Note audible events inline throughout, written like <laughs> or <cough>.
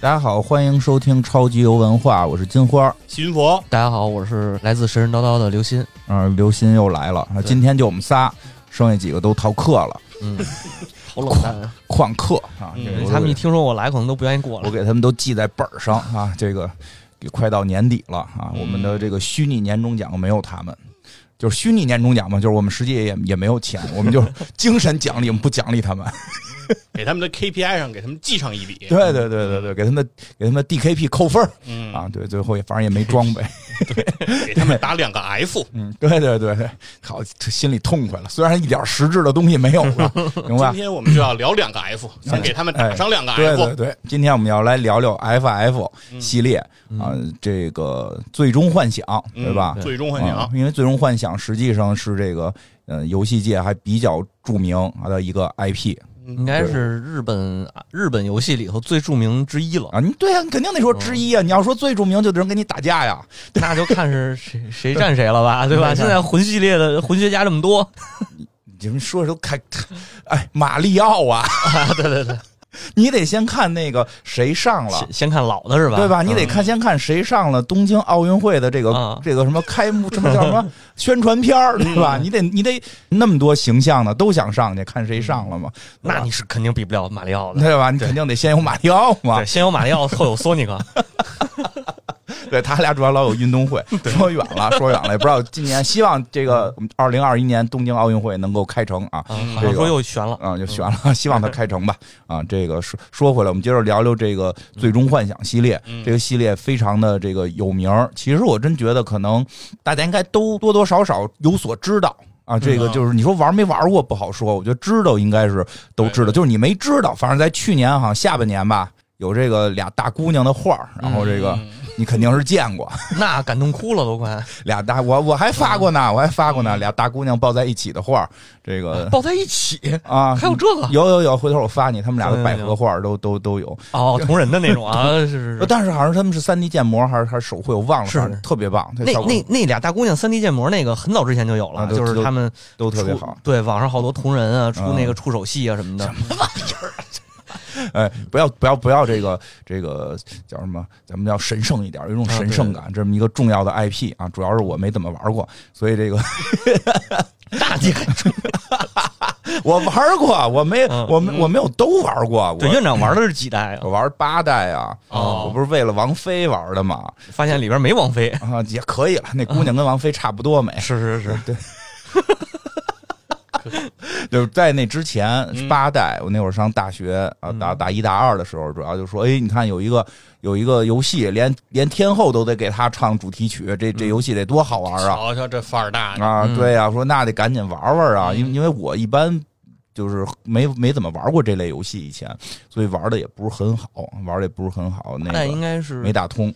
大家好，欢迎收听超级游文化，我是金花儿。新佛，大家好，我是来自神神叨叨的刘鑫。嗯、刘鑫又来了，啊今天就我们仨，剩下几个都逃课了，嗯，好冷淡啊！旷课啊。嗯这个他们一听说我来，可能都不愿意过我来。给他们都记在本儿上啊。这个也快到年底了啊，嗯我们的这个虚拟年终奖没有他们。就是虚拟年终奖嘛，就是我们实际也也没有钱，我们就是精神奖励，我们不奖励他们。给他们的 KPI 上给他们记上一笔。对对对对对，给他们给他们 DKP 扣分儿嗯啊，对，最后也反正也没装备。给他们打两个 <laughs> F，嗯，对对对对，好，这心里痛快了。虽然一点实质的东西没有了，明白？今嗯哎天我们就要聊两个 F，先给他们打上两个对 F 对。对，今天我们要来聊聊 FF 系列啊、这个《最终幻想》嗯对吧？最终幻想啊因为《最终幻想》实际上是这个呃游戏界还比较著名的一个 IP 嗯应该是日本日本游戏里头最著名之一了，啊，你对啊，你肯定得说之一啊。你要说最著名，就得人跟你打架呀。那就看是谁谁战谁了吧，对吧？对现在魂系列嗯的魂学家这么多，你们说的都开， <laughs> 哎，马里奥啊，对对对， <laughs> 你得先看那个谁上了，先先看老的是吧？对吧？你嗯得看先看谁上了东京奥运会的这个、啊这个什么开幕什么叫什 <laughs> 么宣传片儿，对嗯吧？你得你得那么多形象的都想上去，看谁上了嘛？嗯那你是肯定比不了马里奥的。对吧？你肯定得先有马里奥嘛对，。先有马里奥，后有索尼 <laughs> 克。啊对他俩主要老有运动 <laughs> 会，说远了，说远了，也不知道今年希望这个二零二一年东京奥运会能够开成啊。嗯，好这像个说又悬了。啊，嗯就悬了， <laughs> 希望它开成吧。啊，这个说说回来，我们接着聊聊这个嗯《最终幻想》系列。这个系列非常的这个有名儿，其实我真觉得可能大家应该都多多少少有所知道。啊，这个嗯啊就是你说玩没玩过不好说，我觉得知道应该是都知道，对就是你没知道，反正在去年好像下半年吧，有这个俩大姑娘的画儿，然后这个嗯你肯定是见过，那感动哭了都快，俩大我我还发过呢，我还发过呢，嗯俩大姑娘抱在一起的画儿，这个抱在一起，啊，还有这个有有有，回头我发你，他们俩的行百行合画儿都都都有，哦，同人的那种啊，是是 <laughs> 是。但是好像他们是三 D 建模还是还是手绘，我忘了，是反正特别棒，那效果那那俩大姑娘三 D 建模那个很早之前就有了，啊都就是他们都特别出好。对，网上好多同人啊，出嗯那个触手戏啊什么的。哎，不要不要不要这个这个叫什么？咱们要神圣一点，有一种啊神圣感，这么一个重要的 IP 啊，主要是我没怎么玩过，所以这 <laughs> 个大姐，我玩过，我没嗯我没我没有都玩过， <laughs> 对我院长玩的是几代啊我？玩八代啊，哦我不是为了王菲玩的嘛，发现里边没王 <laughs> 菲。啊也可以了，那姑娘跟王菲差不多美，是是是，就是在那之前嗯八代，我那会儿上大学啊，打打一打二的时候，主要就说，哎，你看有一个有一个游戏，连连天后都得给他唱主题曲，这这游戏得多好玩啊！瞧瞧这范儿大的，啊，嗯对呀、说那得赶紧玩玩啊，嗯因为因为我一般就是没没怎么玩过这类游戏以前，所以玩的也不是很好，玩的也不是很好，那那应个该是没打通，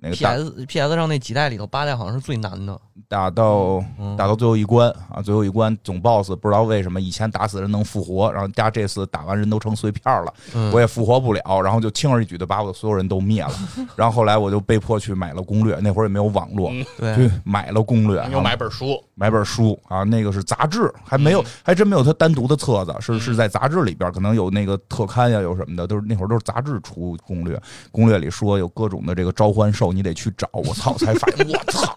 那个打 PS PS 上那几代里头，八代好像是最难的。打到。嗯打到最后一关啊，最后一关总 boss 不知道为什么以前打死人能复活，然后加这次打完人都成碎片了，嗯我也复活不了，然后就轻而易举的把我的所有人都 <laughs> 灭了。然后后来我就被迫去买了攻略，那会儿也没有网络，嗯对，嗯去买了攻略，然又后买本书，买本书啊，那个是杂志，还没有，还真没有它单独的册子，是是在杂志里边，可能有那个特刊呀，有什么的，都是那会儿都是杂志出攻略，攻略里说有各种的这个召唤兽，你得去找。我操，才发现，我操。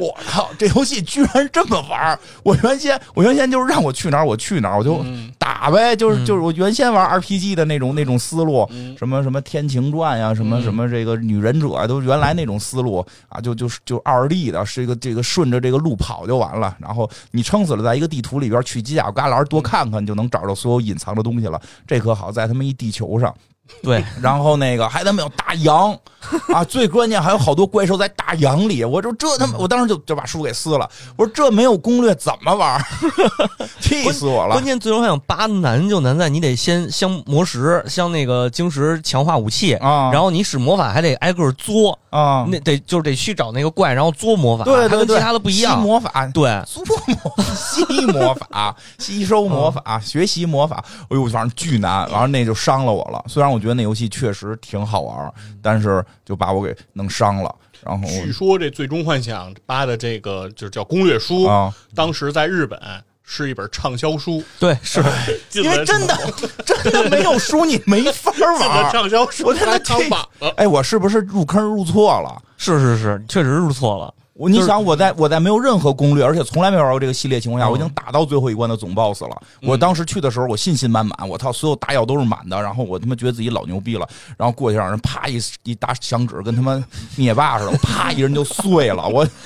我操！这游戏居然这么玩儿！我原先我原先就是让我去哪儿我去哪儿，我就打呗，就是就是我原先玩 RPG 的那种那种思路，什么什么《天晴传》呀，什嗯么什么这个女忍者啊，都是原来那种思路啊，就就是就二 D 的，是一个这个顺着这个路跑就完了。然后你撑死了，在一个地图里边去啊犄角旮旯嗯多看看，你就能找着所有隐藏的东西了。这可好，在他们一地球上， <laughs> 对，然后那个还他妈有大洋 <laughs> 啊，最关键还有好多怪兽在大洋里，我就这他嗯妈，我当时就就把书给撕了，我说这没有攻略怎么玩儿？ <laughs> 气死我了关！键最终幻想八难就难在你得先镶魔石，镶那个晶石强化武器，啊然后你使魔法还得挨个作，啊，那得就是得去找那个怪，然后作魔法，对它对跟其对，他的不一样吸。魔法，对，做 <laughs> 魔吸魔法、啊吸收魔法、学习魔法，哎呦，反正巨难，完了那就伤了我了。虽然我觉得那游戏确实挺好玩儿，但是就把我给弄伤了。然后据说这《最终幻想八》的这个就是叫攻略书啊，当时在日本是一本畅销书，对，是进因了为真的 <laughs> 真的没有书你没法进 <laughs> 了玩。畅销书我真的排行榜了。哎，我是不是入坑入错了？是是是，确实入错了。我你想我在我在没有任何攻略，而且从来没玩过这个系列情况下，我已经打到最后一关的总 boss 了。我当时去的时候，我信心满满，我操，所有打药都是满的，然后我他妈觉得自己老牛逼了，然后过去让人啪一一打响指，跟他妈灭霸似的，我啪一人就碎了，我。 <laughs>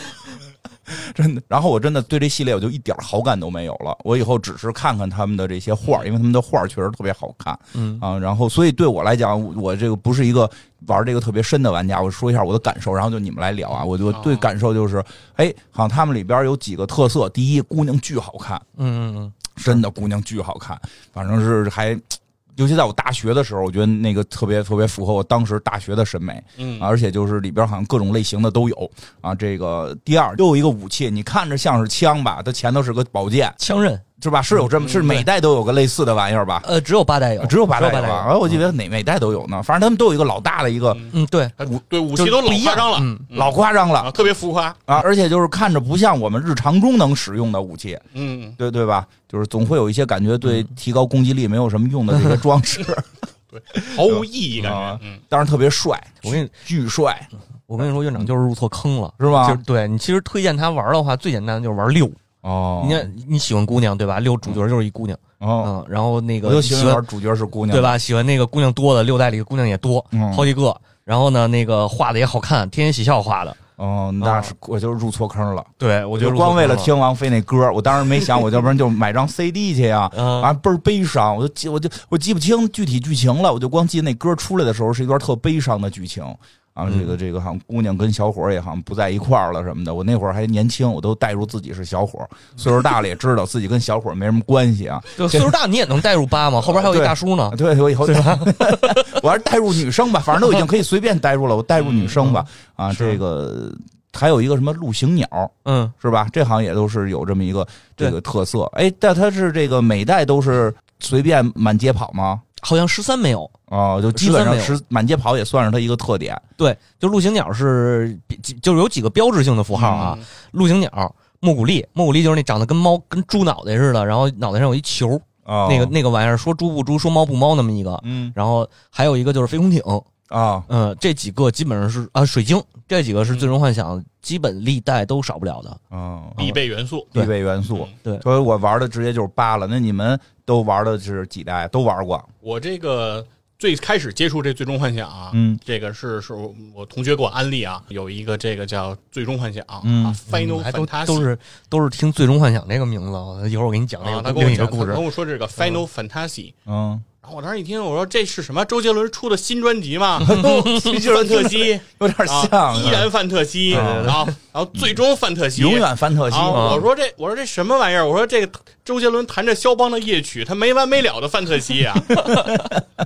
真的，然后我真的对这系列我就一点好感都没有了。我以后只是看看他们的这些画儿，因为他们的画儿确实特别好看。嗯啊，然后所以对我来讲，我我这个不是一个玩这个特别深的玩家。我说一下我的感受，然后就你们来聊啊。我就对哦感受就是，哎，好像他们里边有几个特色。第一，姑娘巨好看，嗯嗯嗯，真的姑娘巨好看，反正是还。尤其在我大学的时候，我觉得那个特别特别符合我当时大学的审美，嗯啊而且就是里边好像各种类型的都有啊。这个第二又有一个武器，你看着像是枪吧，它前头是个宝剑，枪刃，是吧？是有这么是每代都有个类似的玩意儿吧？呃，只有八代有，只有八代有有吧？啊，我记得哪哪代都有呢，反正他们都有一个老大的一个嗯，对，武对武器都老夸张了，嗯老夸张了啊，特别浮夸。啊，而且就是看着不像我们日常中能使用的武器，嗯，对对吧？就是总会有一些感觉对嗯提高攻击力没有什么用的 <laughs> 这些装饰，毫无意义感啊觉。嗯，当然特别帅，我跟你巨帅我跟你说，院长就是入错坑了。是吧就？对你其实推荐他玩的话，最简单的就是玩六。哦你看你喜欢姑娘对吧？六主角就是一姑娘，哦，嗯，然后那我个就喜喜欢玩主角是姑娘，对？吧？喜欢那个姑娘多的，六代里的姑娘也多，嗯好几个。然后呢，那个画的也好看，天天喜笑画的。哦，那嗯是我就入错坑了。对，我我觉就得光为了了，听王菲那歌，我当时没想，我要不然就买张 CD 去呀， <laughs> 嗯啊，倍儿悲伤，我就记，我就我记不清具体剧情了，我就光记那歌出来的时候是一段特悲伤的剧情啊，嗯这个这个好像姑娘跟小伙儿也好像不在一块儿了什么的，我那会儿还年轻，我都带入自己是小伙儿，岁数大了也知道自己跟小伙儿没什么关系啊，就岁数大你也能带入八嘛，后边还有一大叔呢啊。对，我以后 <laughs> 我还是带入女生吧，反正都已经可以随便带入了，我带入女生吧啊，嗯是这个还有一个什么陆行鸟，嗯，是吧？这行也都是有这么一个对这个特色。哎，但它是这个每代都是随便满街跑吗？好像十三没有。哦，就基本上13没是满街跑也算是它一个特点。对，就陆行鸟是就是有几个标志性的符号啊，嗯陆行鸟。莫古力，莫古力就是那长得跟猫跟猪脑袋似的，然后脑袋上有一球，哦，那个那个玩意儿，说猪不猪，说猫不猫那么一个。嗯然后还有一个就是飞空艇，啊嗯、这几个基本上是啊，水晶这几个是最终幻嗯想基本历代都少不了的。啊，必备元素。必备元素。嗯对，所以我玩的直接就是八了。那你们都玩的是几代？啊都玩过？我这个最开始接触这《最终幻想》啊，嗯这个是是我同学给我安利啊，有一个这个叫《最终幻想》嗯啊，Final 还都 Fantasy，都是都是听《最终幻想》这个名字啊，一会儿我给你讲啊，那他个跟我另一个讲，故他事跟。我说这个 Final Fantasy。 <laughs> 嗯，然后我当时一听，我说这是什么？周杰伦出的新专辑吗？是范特 <laughs> 西有点啊，像，依然范特西，对对对然后然后最终范特西，永远范特西。啊！啊我说这，我说这什么玩意儿？我说这个周杰伦弹着肖邦的夜曲，他没完没了的范特西啊！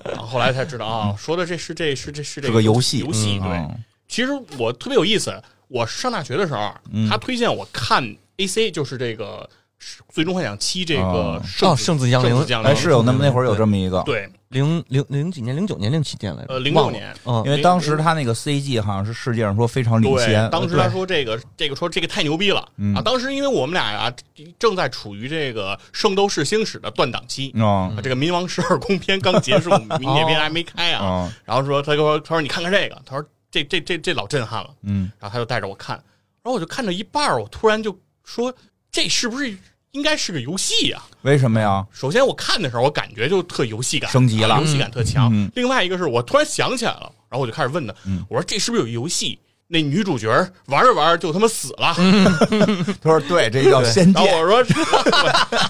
然后后来才知道啊，说的这是这是这是这是个游戏游戏对。嗯其实我特别有意思，我上大学的时候，啊他推荐我看 AC，就是这个《最终幻想七》这个哦圣哦圣子降临圣子降临哎，是有那么那会儿有这么一个，对，零零零几年，零九年、零七年来着，呃，零忘六了，年。嗯因为当时他那个 CG 好像是世界上说非常领对先，，当时他说这个这个说这个太牛逼了、嗯啊！当时因为我们俩呀、正在处于这个《圣斗士星矢》的断档期，嗯啊，这个《冥王十二宫篇》刚结束，冥界篇还没开啊。嗯然后说，他跟我说，他说你看看这个，他说这这这这老震撼了。嗯然后他就带着我看，然后我就看到一半儿，我突然就说，这是不是应该是个游戏呀、为什么呀？首先我看的时候，我感觉就特游戏感升级了啊游戏感特强。嗯另外一个是我突然想起来了，然后我就开始问他，嗯我说这是不是有一游戏？那女主角玩着玩着就他妈死了，他说对，这叫 <laughs> 仙然后界，我说，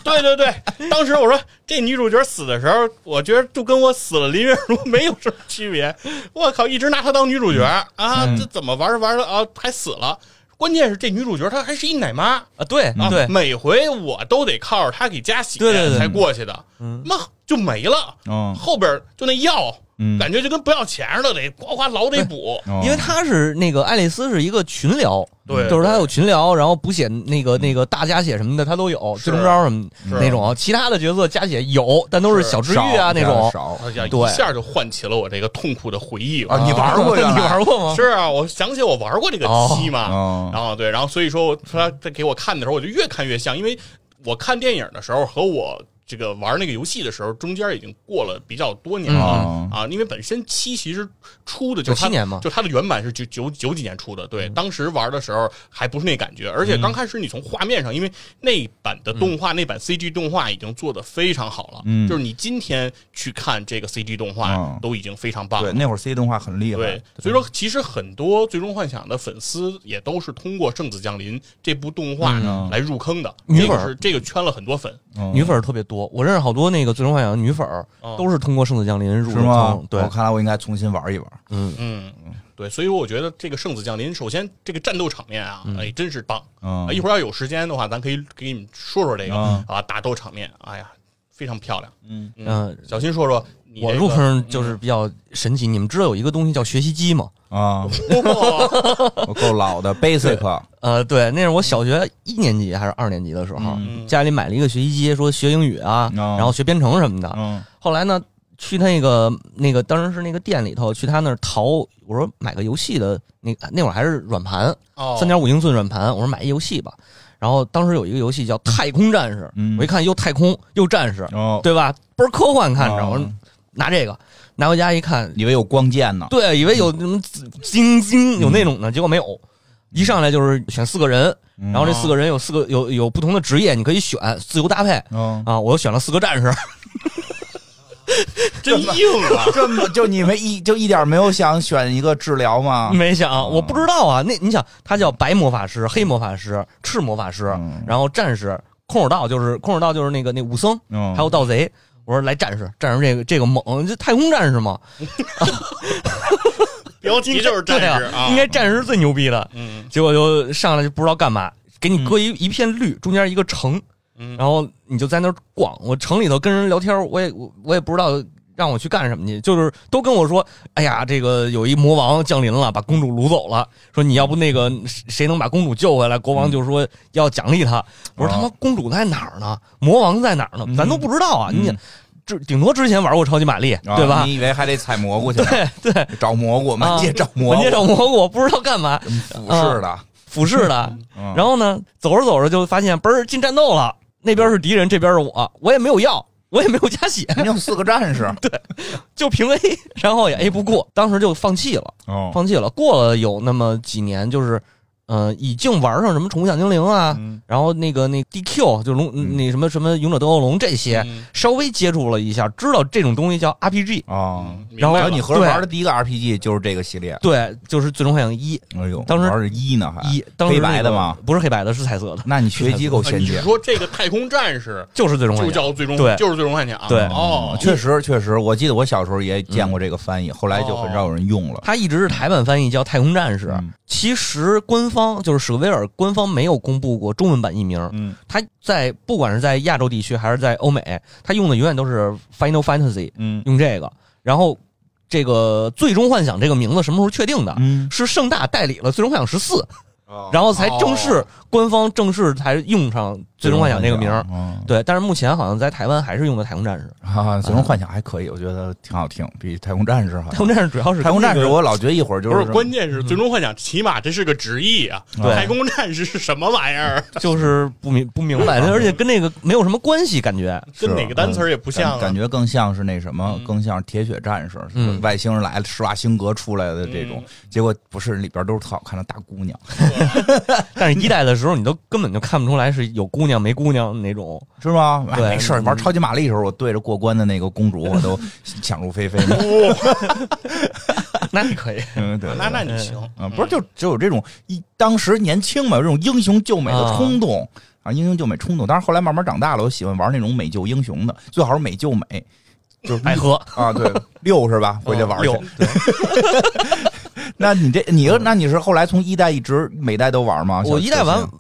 对对对，当时我说这女主角死的时候，我觉得就跟我死了林月如没有什么区别。 <laughs> 我靠，一直拿她当女主角啊，嗯这怎么玩着玩着啊还死了？关键是这女主角她还是一奶妈啊，对啊，对，每回我都得靠着她给加血对对对才过去的，嗯妈就没了。嗯后边就那药，嗯感觉就跟不要钱似的，得呱呱老得补。哦因为他是那个爱丽丝是一个群聊，对就是他有群聊，然后补血那个那个大加血什么的，他都有，是最终招什么是那种。其他的角色加血有，但都是是小治愈啊哦少那种。少哎呀对一下就唤起了我这个痛苦的回忆啊你玩过 <laughs> 你原来玩过吗？是啊，我想起我玩过这个哦七嘛，哦然后对，然后所以说我他他给我看的时候，我就越看越像，因为我看电影的时候和我这个玩那个游戏的时候，中间已经过了比较多年了、啊，啊，因为本身七其实出的就97它年嘛就它的原版是九九九几年出的，对，当时玩的时候还不是那感觉，而且刚开始你从画面上，因为那版的动画、那版 CG 动画已经做的非常好了，嗯就是你今天去看这个 CG 动画、嗯都已经非常棒了对，。那会儿 C 动画很厉害，啊对，所以说其实很多《最终幻想》的粉丝也都是通过《圣子降临》这部动画嗯来入坑的，啊女这个粉儿是这个圈了很多粉。嗯女粉儿特别多，我认识好多那个《最终幻想》的女粉儿哦都是通过《圣子降临》入是的吗哦坑。？对我，看来我应该重新玩一玩。嗯，嗯，对，所以我觉得这个《圣子降临》，首先这个战斗场面啊，哎，真是棒！嗯啊一会儿要有时间的话，咱可以给你们说说这个嗯啊，打斗场面，哎呀，非常漂亮。嗯嗯小新说说你我这入个嗯 <laughs> 坑就是比较神奇。你们知道有一个东西叫学习机吗？啊， <laughs> 哇我够老的 basic，呃，对，那是我小学一年级还是二年级的时候，嗯家里买了一个学习机，说学英语啊，哦然后学编程什么的。嗯后来呢，去那个那个当时是那个店里头，去他那儿淘，我说买个游戏的那那会儿还是软盘，哦，三点五英寸软盘，我说买一游戏吧。然后当时有一个游戏叫《太空战士》，嗯我一看又太空又战士，哦，对吧？倍儿科幻看着，哦我说拿这个，拿回家一看，以为有光剑呢，对，以为有什么紫晶嗯晶有那种的，结果没有。一上来就是选四个人，嗯然后这四个人有四个有有不同的职业，你可以选自由搭配嗯，啊。我又选了四个战士，真硬 <laughs> 啊！ <laughs> 这么就你们一就一点没有想选一个治疗吗？没想我不知道啊。那你想，他叫白魔法师、黑魔法师、赤魔法师，嗯然后战士，空手道就是空手道就是那个那武僧，嗯，还有盗贼。我说来战士，战士这个这个猛，这太空战士嘛，标题就是战士对啊，应该战士是最牛逼的。嗯结果就上来就不知道干嘛，给你搁一、一片绿，中间一个城，嗯，然后你就在那儿逛。我城里头跟人聊天，我也我我也不知道让我去干什么去，就是都跟我说，哎呀，这个有一魔王降临了，把公主掳走了，说你要不那个谁谁能把公主救回来，国王就说要奖励他。我说他妈公主在哪儿呢？魔王在哪儿呢？咱都不知道啊！你这顶多之前玩过超级玛丽，啊对吧？你以为还得采蘑菇去？对对，找蘑菇，满街找蘑我菇，捏着蘑菇，我不知道干嘛，不是的，俯视的。嗯然后呢，走着走着就发现，嘣儿进战斗了，那边是敌人，这边是我，我也没有药，我也没有加血，你有四个战 <laughs> 士，就平 A，然后也 A 不过，当时就放弃了，嗯哦，放弃了。过了有那么几年，就是，呃，已经玩上什么宠物小精灵啊，嗯然后那个那 DQ 就龙那什么什么勇者斗恶龙这些，嗯稍微接触了一下，知道这种东西叫 RPG。哦，明然后白然了后你合着玩的第一个 RPG 就是这个系列，对，就是《最终幻想一哎呦，当时玩是一呢还》，一当时、啊黑白的那个吗？不是黑白的，是彩色的，那你学习够啊先你进是。说这个太空战士就是《最终幻就想》。叫最终哎对就是最终幻想啊对嗯哦，嗯确实，确实，我记得我小时候也见过这个翻译，后来就很少有人用了。它一直是台版翻译叫《太空战士》嗯其实官方就是史克威尔官方没有公布过中文版译名，嗯，它在不管是在亚洲地区还是在欧美，它用的永远都是 Final Fantasy，嗯用这个。然后这个最终幻想这个名字什么时候确定的？嗯，哦是盛大代理了《最终幻想十四》，然后才正式、官方正式才用上《最终幻想》这个名儿。嗯，对，但是目前好像在台湾还是用的《太空战士》，《哈哈，最终幻想还可以，我觉得挺好听，比太空战士好太空像。战士》主要是太空战士，跟那个我老觉得一会儿就不是，关键键是最终幻想起码这是个直译啊，嗯对太空战士是什么玩意儿？就是不明不明哦白，而且跟那个没有什么关系，感觉。跟哪个单词儿也不像啊嗯感觉更像是那什么，更像是铁血战士，嗯外星人来了，施瓦辛格出来的这种。结果不是，里边都是特好看的大姑娘，但是一代的时候，你都根本就看不出来是有姑娘没姑娘 <laughs> 那种。是吗？哎对没事儿，玩超级玛丽的时候，我对着过关的那个公主，我都想入非非。那 <laughs> 你可以，嗯，对，对那那你行嗯啊，不是就只有这种一当时年轻嘛，有这种英雄救美的冲动啊，英雄救美冲动。但是后来慢慢长大了，我喜欢玩那种美救英雄的，最好是美救美，就是爱喝。啊，对，六是吧？回去玩去。哎六那你这你那你是后来从一代一直每代都玩吗？我一代啊小完小心，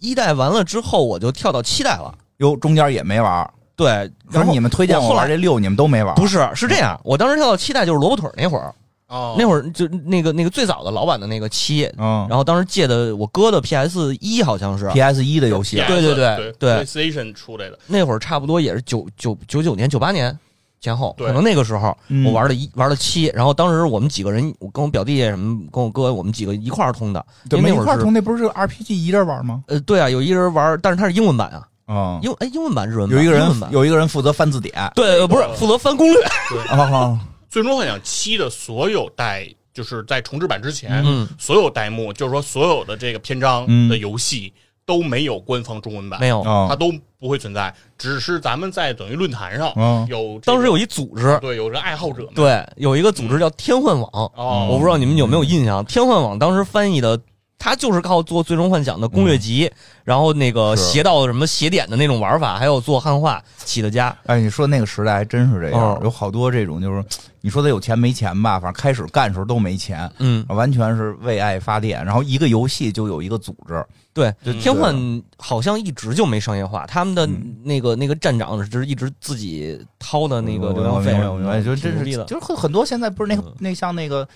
一代完了之后，我就跳到七代了。哟，中间也没玩。对，可然是后你们推荐我我后来玩这六，你们都没玩。不是是这样，我当时跳到七代就是萝卜腿儿那会儿，哦，那会儿就那个那个最早的老版的那个七，嗯然后当时借的我哥的 PS 一好像是， ，PS 一的游戏 PS 啊，对对对对对，PlayStation 出来的，那会儿差不多也是九九九九年九八年。前后对可能那个时候嗯我玩了一玩了七，然后当时我们几个人，我跟我表弟什么，跟我哥，我们几个一块儿通的。怎因么一为那会块儿儿是通？那不是 RPG 一人玩吗？呃，对啊，有一人玩，但是他是英文版啊，啊，英哎英文版日文版有一个英人文版有一个人负责翻字典啊对，呃不是负责翻攻略，啊最终幻想七的所有带，就是在重置版之前，嗯所有弹幕，就是说所有的这个篇章嗯的游戏都没有官方中文版，没有。嗯啊它都不会存在，只是咱们在等于论坛上啊有这个、嗯当时有一组织，对有个爱好者们对，有一个组织叫天幻嗯网，哦，我不知道你们有没有印象，天幻网当时翻译的。它就是靠做《最终幻想》的攻略集，然后那个嗯是邪道什么邪典的那种玩法，还有做汉化起的家。哎，你说那个时代还真是这样哦，有好多这种就是，你说他有钱没钱吧，反正开始干的时候都没钱，嗯，完全是为爱发电。然后一个游戏就有一个组织，对，嗯天幻好像一直就没商业化，他们的嗯那个那个站长是一直自己掏的那个流量费我明白什我么明的，白，就挺真牛是逼的。就是很很多现在不是那个嗯那像那个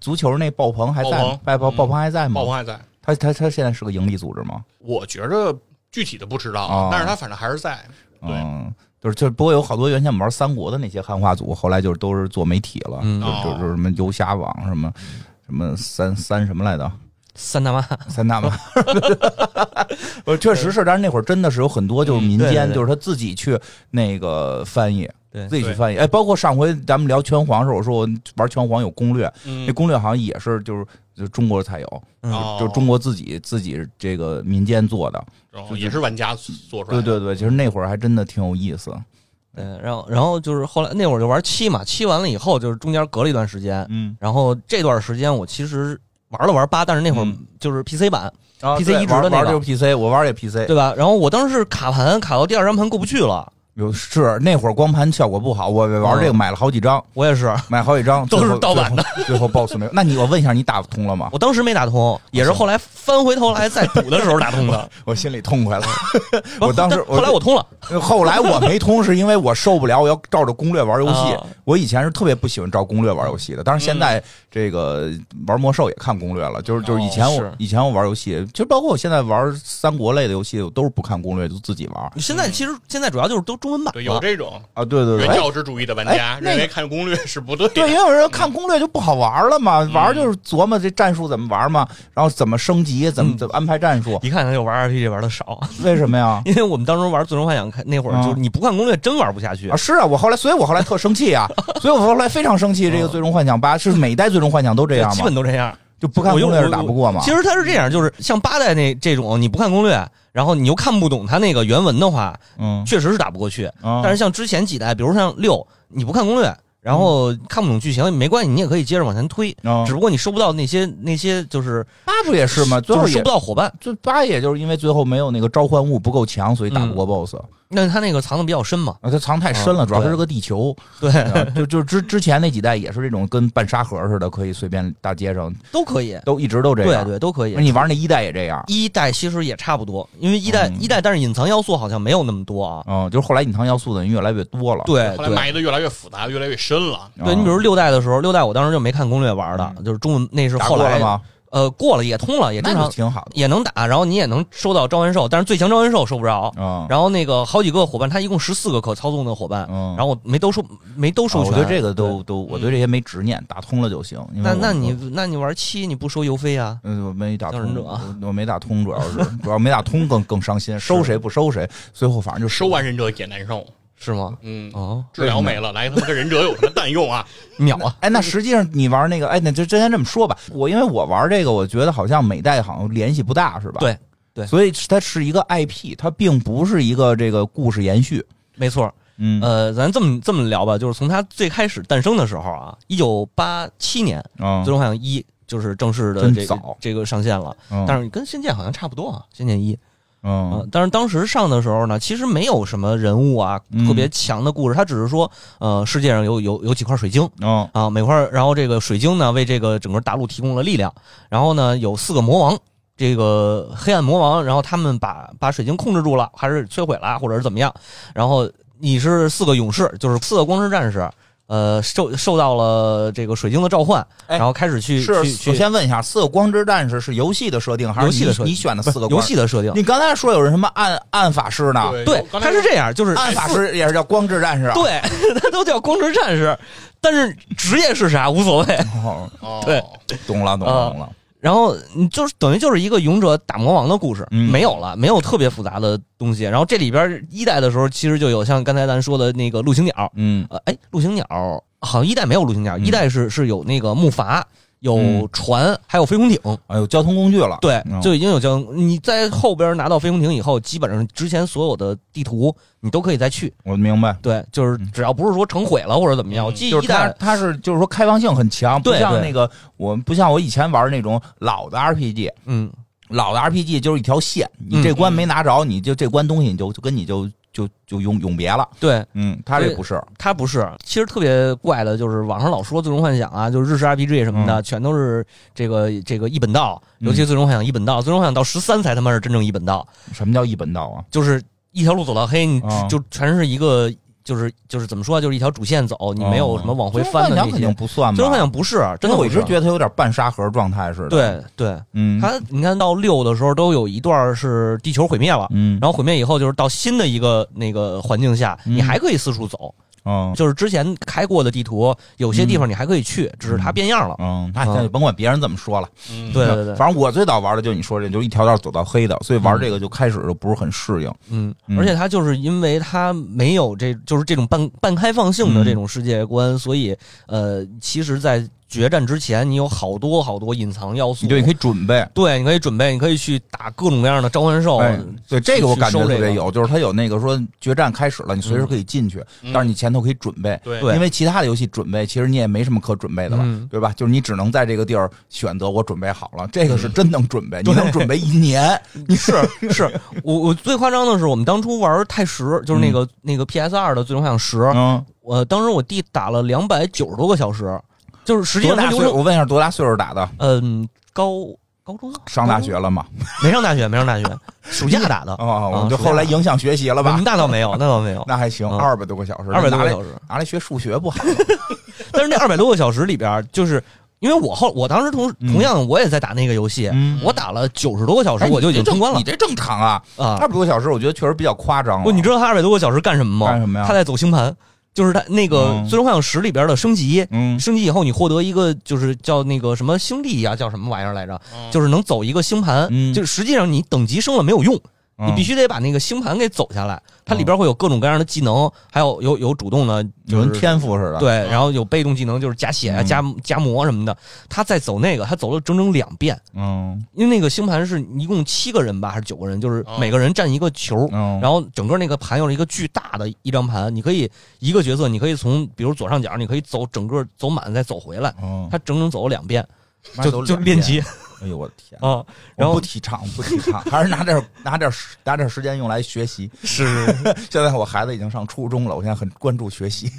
足球那爆棚还在吗爆棚，爆爆嗯爆棚还在吗爆？棚还在，他他他现在是个盈利组织吗？我觉着具体的不知道，啊哦但是他反正还是在。对嗯，就是就是，不过有好多原先我们玩三国的那些汉化组，后来就是都是做媒体了，嗯就就就是什么游侠网什么什么三三什么来着，三大妈，三大 <laughs> <laughs> 妈，我确实是，但是那会儿真的是有很多就是民嗯对间，对对就是他自己去那个翻译，对自己去翻译。哎，包括上回咱们聊拳皇的时候，我说我玩拳皇有攻略，嗯那攻略好像也是就是就中国才有，嗯哦就中国自己自己这个民间做的。然哦后也是玩家做出来对的，对对，其实那会儿还真的挺有意思。对，然后然后就是后来那会儿就玩七嘛，七完了以后就是中间隔了一段时间，嗯然后这段时间我其实玩了玩八，但是那会儿嗯就是 PC 版，PC 啊对移植的玩那玩个就是 PC，我玩也 PC。对吧？然后我当时是卡盘卡到第二张盘过不去了，有是那会儿光盘效果不好，我玩这个买了好几张，我也是，买好几张，都是最后盗版的。最后最后 BOSS 没有。那你我问一下，你打通了吗？我当时没打通，也是后来翻回头来再补的时候打通的。我心里痛快了。<laughs> 不我当时但后来我通了，呃后来我没通，是因为我受不了，我要照着攻略玩游戏啊。我以前是特别不喜欢照攻略玩游戏的，但是现嗯在这个玩魔兽也看攻略了，就是就是以前我哦是以前我玩游戏，其实包括我现在玩三国类的游戏，我都是不看攻略就自己玩现在其实现在主要就是都中文版对了有这种啊。对对对，原哎教旨主义的玩家哎那个认为看攻略是不对对，因的，为有人看攻略就不好玩了嘛，嗯玩就是琢磨这战术怎么玩嘛，然后怎么升级，怎么嗯怎么安排战术，一看他就玩 RPG 玩的少，为什么呀？因为我们当时玩《最终幻想》开那会儿，啊就是你不看攻略真玩不下去啊，。是啊，我后来，所以我后来特生气啊，所以我后来非常生气。这个《最终幻想八》是每一代《最终幻想》都这样嗯基吗本？都这样。就不看攻略是打不过嘛？其实它是这样，就是像八代那这种，你不看攻略，然后你又看不懂它那个原文的话，嗯，确实是打不过去。但是是像之前几代，比如像六，你不看攻略，然后看不懂剧情，没关系，你也可以接着往前推。啊只不过你收不到那些那些就是八不也是吗？最就后是收也不到伙伴，就八，也就是因为最后没有那个召唤物不够强，所以打不嗯过 BOSS。那它那个藏的比较深嘛。啊，它藏太深了，啊主要它对是个地球。 <laughs> 对，啊就就之之前那几代也是这种跟半沙盒似的，可以随便大街上都可以，都一直嗯都这对样。对，都可以那。你玩那一代也这样。一代其实也差不多，因为一代、嗯一代，但是隐藏要素好像没有那么多啊。嗯，就是后来隐藏要素的人越来越多了。对后来哎对，埋的越来越复杂，越来越深了。啊，对你比如六代的时候，六代我当时就没看攻略玩的，就是中文那是嗯打后过来了？吗？呃，过了也通了，也那正就常，挺好的也能打，然后你也能收到召唤兽，但是最强召唤兽收不着。啊。然后那个好几个伙伴，他一共十四个可操纵的伙伴，嗯然后我没都收，没都啊收我全。对这个都都，我对这些没执念，打通了就行。因为那我那你那你玩七你不收邮费啊？嗯，我没打叫通，忍者啊我我没打通，主要是主要没打通更更伤心，收谁不收谁，最后反正就收完忍者也难受，是吗？嗯，哦，治疗没了，来他妈跟忍者有什么蛋用啊？秒啊！哎，那实际上你玩那个，哎，那就之前这么说吧，我因为我玩这个，我觉得好像每代好像联系不大，是吧？对对所以它是一个 IP，它并不是一个这个故事延续。没错，嗯，呃，咱这么这么聊吧，就是从它最开始诞生的时候啊，一九八七年，《嗯最终幻想一》就是正式的真这个早这个上线了，嗯但是跟《仙剑》好像差不多啊，《仙剑一》啊、嗯但是当时上的时候呢，其实没有什么人物啊嗯特别强的故事，它只是说，呃，世界上有有有几块水晶。嗯啊，每块儿，然后这个水晶呢，为这个整个大陆提供了力量。然后呢，有四个魔王，这个黑暗魔王，然后他们把把水晶控制住了，还是摧毁了，或者是怎么样？然后你是四个勇士，就是四个光之战士，呃，受受到了这个水晶的召唤，哎然后开始去是，去首去先问一下，四个光之战士是游戏的设定还是游戏的你设定你选的四个游光？戏的设定。你刚才说有人什么暗暗法师呢？对，刚才它是这样，就是暗法师也是叫光之战士啊。对， <laughs> 它都叫光之战士，但是职业是啥无所谓。哦，哦对懂了懂了啊懂了。然后你就是等于就是一个勇者打魔王的故事，嗯没有了，没有特别复杂的东西。然后这里边一代的时候，其实就有像刚才咱说的那个陆行鸟，嗯呃，哎，陆行鸟好像一代没有陆行鸟，嗯一代是是有那个木筏、有嗯船，还有飞空艇。哎呦，交通工具了，对，嗯就已经有交通。你在后边拿到飞空艇以后，基本上之前所有的地图你都可以再去。我明白。对，就是只要不是说成毁了或者怎么样，嗯我记嗯就得是一它代，它是就是说开放性很强，不对像对那个我不像我以前玩那种老的 RPG，嗯，老的 RPG 就是一条线，你嗯这关没拿着，你就这关东西你就就跟你就就就永永别了。对，嗯，它这不是，它不是。其实特别怪的就是网上老说《最终幻想》啊，就是日式 RPG 什么的，全都是这个这个一本道，嗯尤其《最终幻想》一本道，《最终幻想》到十三才他妈是真正一本道，什么叫一本道啊？就是一条路走到黑，你啊就全是一个。就是就是怎么说啊，就是一条主线走，你没哦有什么往回翻最的终幻那想些。肯定嗯最不算吧？终幻想不是，因真的为不我一是直觉得它有点半沙盒状态似的。，对对，嗯，它你看到六的时候都有一段是地球毁灭了。嗯，然后毁灭以后，就是到新的一个那个环境下，嗯你还可以四处走。嗯就是之前开过的地图，有些地方你还可以去，只是它变样了。嗯，那那就甭管别人怎么说了。嗯对对对，反正我最早玩的就是你说这，就是一条道走到黑的，所以玩这个就开始就不是很适应。嗯嗯，而且它就是因为它没有这就是这种半半开放嗯性的这种世界观，所以呃，其实，在决战之前，你有好多好多隐藏要素。对，你可以准备。对，你可以准备，你可以去打各种各样的召唤兽。哎，对这个我感觉哦去收特这个别有，就是它有那个说决战开始了，你随时可以进去，嗯但是你前头可以准备。对对因为其他的游戏准备，其实你也没什么可准备的了，嗯对吧？就是你只能在这个地儿选择我准备好了，这个是真能准备， <laughs> 你能准备一年。是是，我我最夸张的是，我们当初玩太十，就是那个、那个 PS 二的最终幻想十，嗯，我当时我弟打了两百九十多个小时，就是实际多上他大流岁？程，我问一下，多大岁数打的？嗯，高高中上大学了吗？没上大学，没上大 <laughs> 学，暑假打的，哦，我嗯啊们就后来影响学习了吧？那倒没有，那倒没有，那还行，嗯二百多个小时，二百多拿个来小时。拿来学数学不好？但是那二百多个小时里边，就是因为我后我当时同嗯同样我也在打那个游戏，嗯我打了九十多个小时，哎我就已经你这通关了你这正常啊，啊。二百多个小时，我觉得确实比较夸张了。不，你知道他二百多个小时干什么吗？干什么呀他在走星盘，就是他那个嗯《最终幻想十》里边的升级。嗯升级以后，你获得一个就是叫那个什么星力呀、叫什么玩意儿来着？嗯就是能走一个星盘。哦嗯就实际上你等级升了没有用，嗯你必须得把那个星盘给走下来。它里边会有各种各样的技能，还有有有主动的，有就是人啊天赋似的。对，然后有被动技能，就是加血啊、嗯加加魔什么的。他在走那个，他走了整整两遍，嗯因为那个星盘是一共七个人吧，还是九个人？就是哦每个人占一个球。嗯，然后整个那个盘又是一个巨大的一张盘，你可以一个角色，你可以从比如左上角，你可以走整个走满再走回来，嗯他整整走了两遍，妈都就就两练遍。级哎呦我的天！啊。我然不后提倡，不提倡， <laughs> 还是拿点拿点时拿点时间用来学习。嗯是，现在我孩子已经上初中了，我现在很关注学习。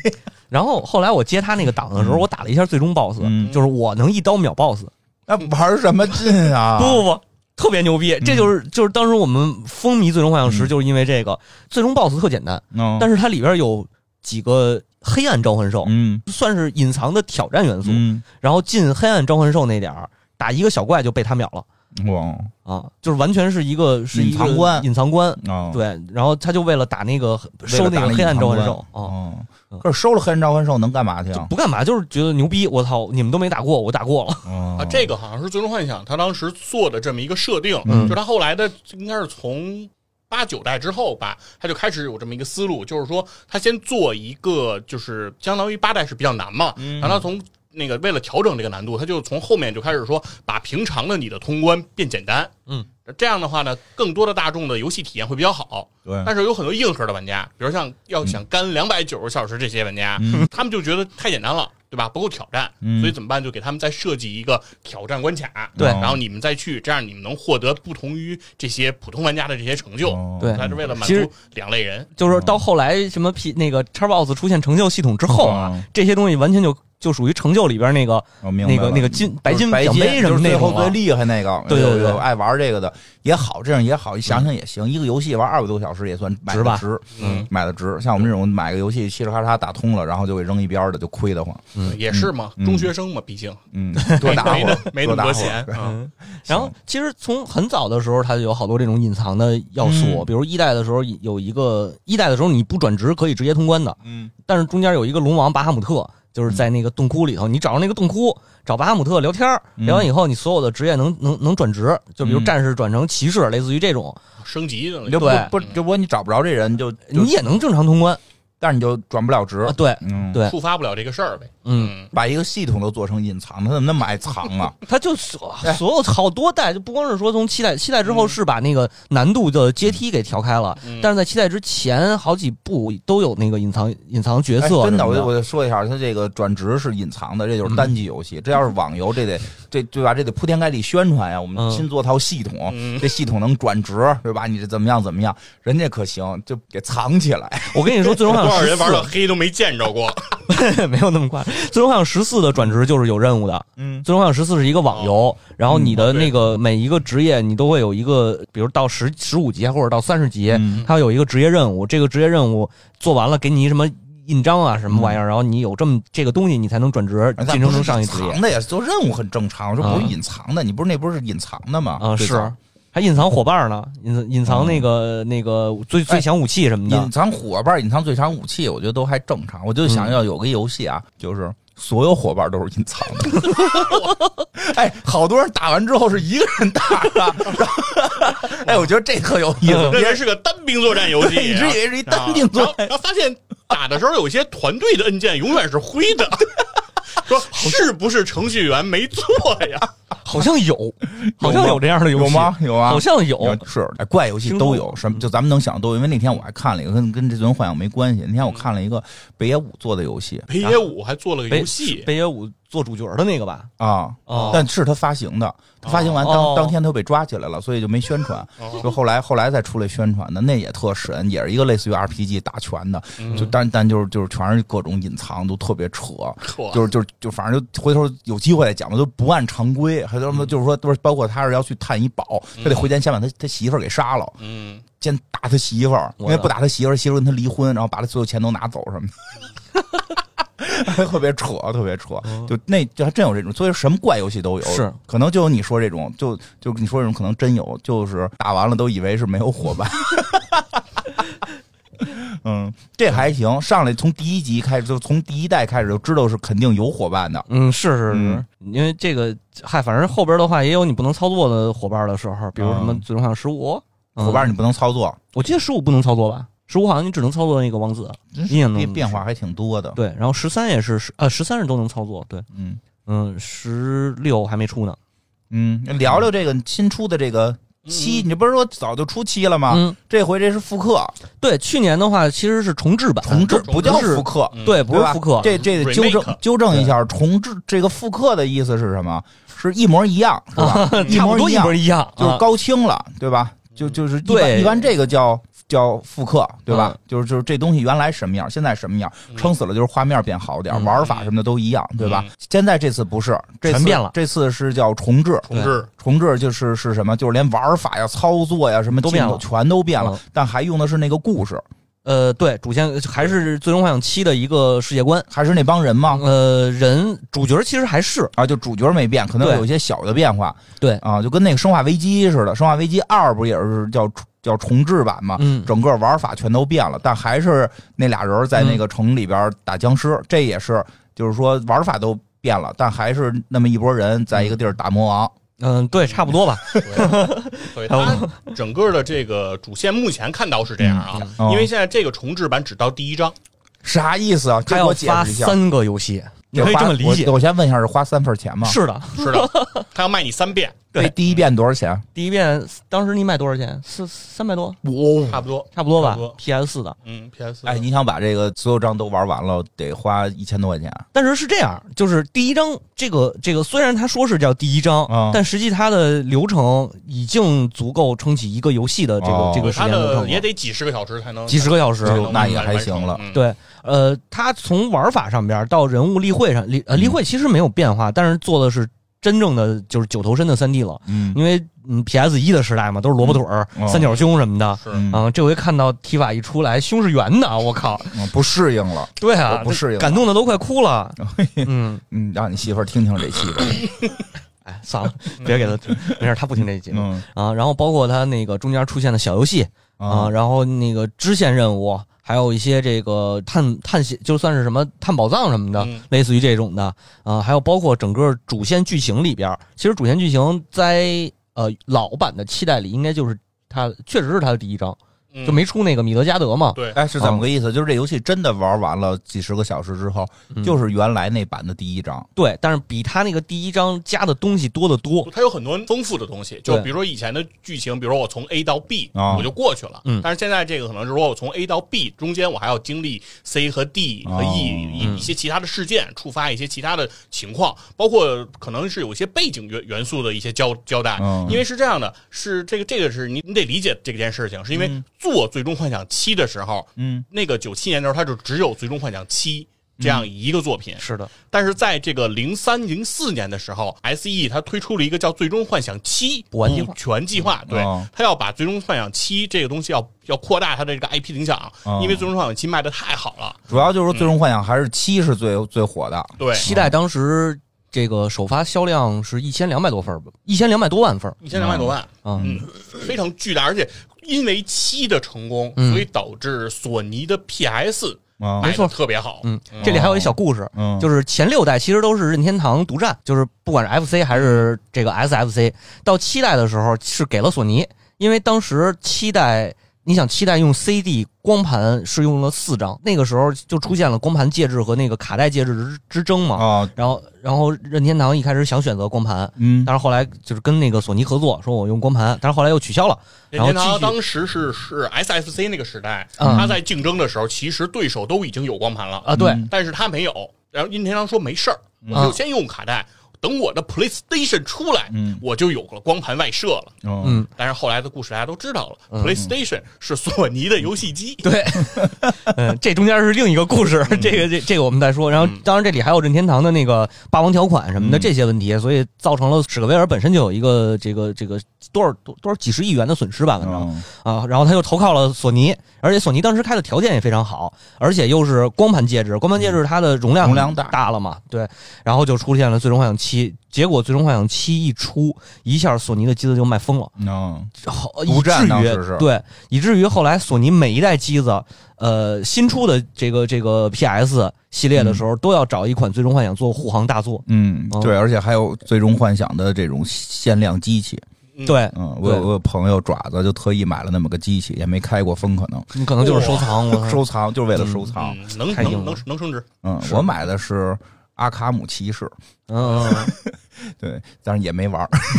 然后后来我接他那个档的时候，嗯我打了一下最终 BOSS，嗯就是我能一刀秒 BOSS，那玩什么劲啊？不不不。特别牛逼，这就是就是当时我们风靡《最终幻想十》，嗯就是因为这个。最终 BOSS 特简单，嗯，但是它里边有几个黑暗召唤兽，嗯算是隐藏的挑战元素。嗯，然后进黑暗召唤兽那点儿，打一个小怪就被他秒了。嗯哇啊，就是完全是一个是一个隐藏官隐藏官。啊，对，然后他就为了打那个为收了打那那个隐黑暗藏召唤关兽啊，嗯，嗯可是收了黑暗召唤兽能干嘛去就啊？不干嘛，就是觉得牛逼。我操，你们都没打过，我打过了。啊啊，这个好像是《最终幻想》他当时做的这么一个设定，嗯就是他后来的应该是从八九代之后吧，他就开始有这么一个思路，就是说他先做一个，就是相当于八代是比较难嘛，嗯然后他从。那个为了调整这个难度，他就从后面就开始说，把平常的你的通关变简单，嗯，这样的话呢，更多的大众的游戏体验会比较好。对，但是有很多硬核的玩家，比如像要想干两百九十小时这些玩家，嗯他们就觉得太简单了，对吧？不够挑战，嗯所以怎么办？就给他们再设计一个挑战关卡，对然后你们再去，这样你们能获得不同于这些普通玩家的这些成就。哦对它是为了满其实足两类人，就是嗯到后来什么 P 那个 Xbox 出现成就系统之后啊嗯，这些东西完全就就属于成就里边那个我明白那个了那个金哦白就是金白奖金杯什就么是那最后种啊最了。厉害那个，对对有对嗯有爱玩这个的也好，这样也好，想想也行，一个游戏玩二百多小时也算买值的吧值，嗯，买的值。像我们这种买个游戏嘁哩咔嚓打通了，然后就给扔一边儿的，就亏得慌。嗯也是嘛，嗯中学生嘛，毕竟 <laughs> 嗯，多打没会儿那，没那多么打会多儿钱，嗯然后其实从很早的时候，它就有好多这种隐藏的要素，嗯比如一代的时候有一个一代的时候你不转职可以直接通关的，嗯但是中间有一个龙王巴哈姆特，就是在那个洞窟里头，你找着那个洞窟，找巴哈姆特聊天儿，嗯聊完以后，你所有的职业能能能转职，就比如嗯战士转成骑士，类似于这种，升级的了你就不对嗯不就不你找不着这人就，就你也能正常通关但是你就转不了职啊。，对，嗯，对触发不了这个事儿呗。嗯，把一个系统都做成隐藏，他怎么那么爱藏啊？他就所所有好多代，就不光是说从七代，七代之后是把那个难度的阶梯给调开了，嗯但是在七代之前好几部都有那个隐藏隐藏角哎色什么，嗯真的，我就我就说一下，他这个转职是隐藏的，这就是单机游戏。这要是网游，这得这对吧？这得铺天盖地宣传呀。我们嗯新做套系统，嗯这系统能转职，对吧？你这怎么样怎么样？人家可行，就给藏起来。我跟你说，最 <laughs> 终多幻少想人十玩到四黑都没见着过， <laughs> 没有那么快，最终幻想十四的转职就是有任务的，嗯，最终幻想十四是一个网游，然后你嗯的对那个每一个职业，你都会有一个，比如到十十五级或者到三十级，嗯它有一个职业任务，这个职业任务做完了给你什么印章啊什么玩意儿，然后你有这么这个东西，你才能转职哎咱晋升不成是上一隐职藏业的呀，做任务很正常，我说不啊是隐藏的，你不是那不是隐藏的吗？啊，最早嗯是。还隐藏伙伴呢，隐隐藏那个、那个最最强武器什么的，哎隐藏伙伴、隐藏最强武器，我觉得都还正常。我就想要有个游戏啊，就是所有伙伴都是隐藏的。 <laughs> 哎，好多人打完之后是一个人打的，然后哎，我觉得这特有意 <laughs> 思。认为是个单兵作战游 <laughs> 戏，啊一直以为是一单定然 <laughs> 做后，然后发现打的时候有一些团队的按键永远是灰的。说是不是程序员没做呀？好像有，好像有这样的游戏有吗？？有啊，好像有，是哎怪游戏都有，什么就咱们能想都有。因为那天我还看了一个跟跟这尊幻想没关系，那天我看了一个北野武做的游戏北野武还做了个北游戏，北野武做主角的那个吧？啊，哦但是他发行的，他发行完当、哦当天他就被抓起来了，所以就没宣传，哦就后来后来再出来宣传的，那也特神，也是一个类似于 RPG 打拳的，嗯就但但就是就是全是各种隐藏，都特别扯，可就是就是就反正就回头有机会再讲吧，就不按常规，还有嗯什么就是说，就是包括他是要去探一宝，他得回家先把他他媳妇儿给杀了，嗯，先打他媳妇儿，因我为的不打他媳妇儿，媳妇儿跟他离婚，然后把他所有钱都拿走什么的， <laughs> 特别扯，特别扯。就那就还真有这种，所以什么怪游戏都有，哦是可能就有你说这种，就就你说这种可能真有，就是打完了都以为是没有伙伴。 <laughs> 嗯，这还行，上来从第一集开始，就从第一代开始就知道是肯定有伙伴的。嗯，是是是嗯，因为这个，嗨，反正后边的话也有你不能操作的伙伴的时候，比如什么嗯最终幻想十五嗯伙伴，你不能操作，我记得十五不能操作吧？十五好像你只能操作那个王子，真是印象中变变化还挺多的。对，然后十三也是十呃十三是都能操作，对，嗯嗯，十六还没出呢，嗯，聊聊这个新出的这个七，你不是说早就出七了吗？嗯，这回这是复刻，对，去年的话其实是重制版，重置重不叫置复刻，嗯对，嗯不对是吧复刻，这这得 Remake 纠正纠正一下，重置这个复刻的意思是什么？是一模一样，是吧？一啊差不模多一一样模，一样，就是啊高清了，对吧？就就是一般对一般这个叫叫复刻，对吧嗯？就是就是这东西原来什么样，现在什么样，嗯撑死了就是画面变好点儿，嗯玩法什么的都一样，对吧？现在这次不是，这次全变了这次是叫重置，重置重置就是是什么？就是连玩法呀、操作呀、什么都变镜头了全都变了嗯，但还用的是那个故事，呃，对，主线还是最终幻想七的一个世界观，还是那帮人吗？呃，人主角其实还是啊，就主角没变，可能对有一些小的变化。对啊，就跟那个《生化危机》似的，《生化危机二》不也是叫叫重置版吗？嗯整个玩法全都变了，但还是那俩人在嗯那个城里边打僵尸，这也是就是说玩法都变了，但还是那么一拨人在一个地儿打魔王。嗯、对，差不多吧， <laughs> 对，它整个的这个主线目前看到是这样啊，嗯因为现在这个重置版只到第一章，啥意思啊？这他给要我解发释一下。三个游戏，你可以花这么理解我。我先问一下，是花三份钱吗？是的，是 <laughs> 的，它要卖你三遍，这第一遍多少钱？第一遍当时你买多少钱？四三百多，差不多，差不多差吧不多？PS 四的，嗯，PS，哎，你想把这个所有章都玩完了，得花一千多块钱。但是是这样，就是第一章这个这个，虽然它说是叫第一章，嗯但实际它的流程已经足够撑起一个游戏的这个、哦这个时它间流的程也了。得几十个小时才能几十个小时才能那也完还完行成了嗯对，呃，它从玩法上边到人物立绘上，立呃嗯立绘其实没有变化，但是做的是真正的就是九头身的三 D 了，嗯因为嗯 PS 一的时代嘛，都是萝卜腿儿、嗯哦三角胸什么的。是嗯啊、这回看到提法一出来，胸是圆的，我靠！嗯不适应了。对啊，我不这适应感动的都快哭 <laughs> 了。嗯，嗯，让你媳妇儿听听这戏吧。哎，算了，别给他听，没事，他不听这节目、嗯啊。然后包括他那个中间出现的小游戏啊啊，然后那个支线任务还有一些这个探探险，就算是什么探宝藏什么的，嗯类似于这种的啊、还有包括整个主线剧情里边儿，其实主线剧情在呃老版的期待里，应该就是它确实是它的第一章，嗯就没出那个米德加德嘛。对，哎，是怎么个意思？就是这游戏真的玩完了几十个小时之后，嗯就是原来那版的第一章。对，但是比它那个第一章加的东西多得多。它有很多丰富的东西，就对比如说以前的剧情，比如说我从 A 到 B，、啊我就过去了。嗯但是现在这个可能是说我从 A 到 B 中间我还要经历 C 和 D 和 E、哦一一些其他的事件，触发一些其他的情况，包括可能是有一些背景元元素的一些交交代。嗯因为是这样的，是这个这个是你你得理解这件事情，是因为做《最终幻想七》的时候，嗯，那个九七年的时候，它就只有《最终幻想七》这样一个作品，是的，但是在这个零三零四年的时候，S.E. 它推出了一个叫《最终幻想七》补完计划全计嗯划，对哦，它要把《最终幻想七》这个东西要要扩大它的这个 IP 影响嗯哦，因为《最终幻想七》卖的太好了，主要就是说《最终幻想》还是七是最最火的。对，期待当时这个首发销量是一千两百多份儿吧，一千两百多万份儿一千两百多万，啊。嗯，非常巨大，而且因为七的成功，嗯所以导致索尼的 P.S. 啊，卖没错的特别好，嗯，这里还有一小故事，嗯，就是前六代其实都是任天堂独占，就是不管是 FC 还是这个 SFC，到七代的时候是给了索尼，因为当时七代。你想七代用 CD 光盘是用了四张，那个时候就出现了光盘介质和那个卡带介质之之争嘛。啊，然后，然后任天堂一开始想选择光盘，嗯，但是后来就是跟那个索尼合作，说我用光盘，但是后来又取消了。任然天后继堂续当时是是 SFC 那个时代，嗯他在竞争的时候，其实对手都已经有光盘了啊，对，嗯但是他没有。然后任天堂说没事儿，我就先用卡带，等我的 PlayStation 出来，嗯我就有了光盘外设了。嗯，嗯，但是后来的故事大家都知道了、p l a y s t a t i o n 是索尼的游戏机，对， <laughs> 嗯，这中间是另一个故嗯事，这个这这个我们再说。然后，当然这里还有任天堂的那个霸王条款什么的嗯这些问题，所以造成了史克威尔本身就有一个这个这个多少多多少几十亿元的损失吧，反正嗯啊。然后他又投靠了索尼，而且索尼当时开的条件也非常好，而且又是光盘介质，光盘介质它的容量嗯容量大大了嘛，对。然后就出现了《最终幻想七》，结果《最终幻想七》一出，一下索尼的机子就卖疯了。嗯，好，独以至占当于时是对，以至于后来索尼每一代机子，呃，新出的这个这个 PS 系列的时候，都要找一款《最终幻想》做护航大作。嗯，对，而且还有《最终幻想》的这种限量机器。嗯对，嗯，我有对我有朋友爪子就特意买了那么个机器，也没开过封，可能你可能就是收藏，我收藏就是为了收藏。嗯，能太硬能了能能升值，嗯，是我买的是阿卡姆骑士，嗯，嗯对，但是也没玩儿。 <laughs>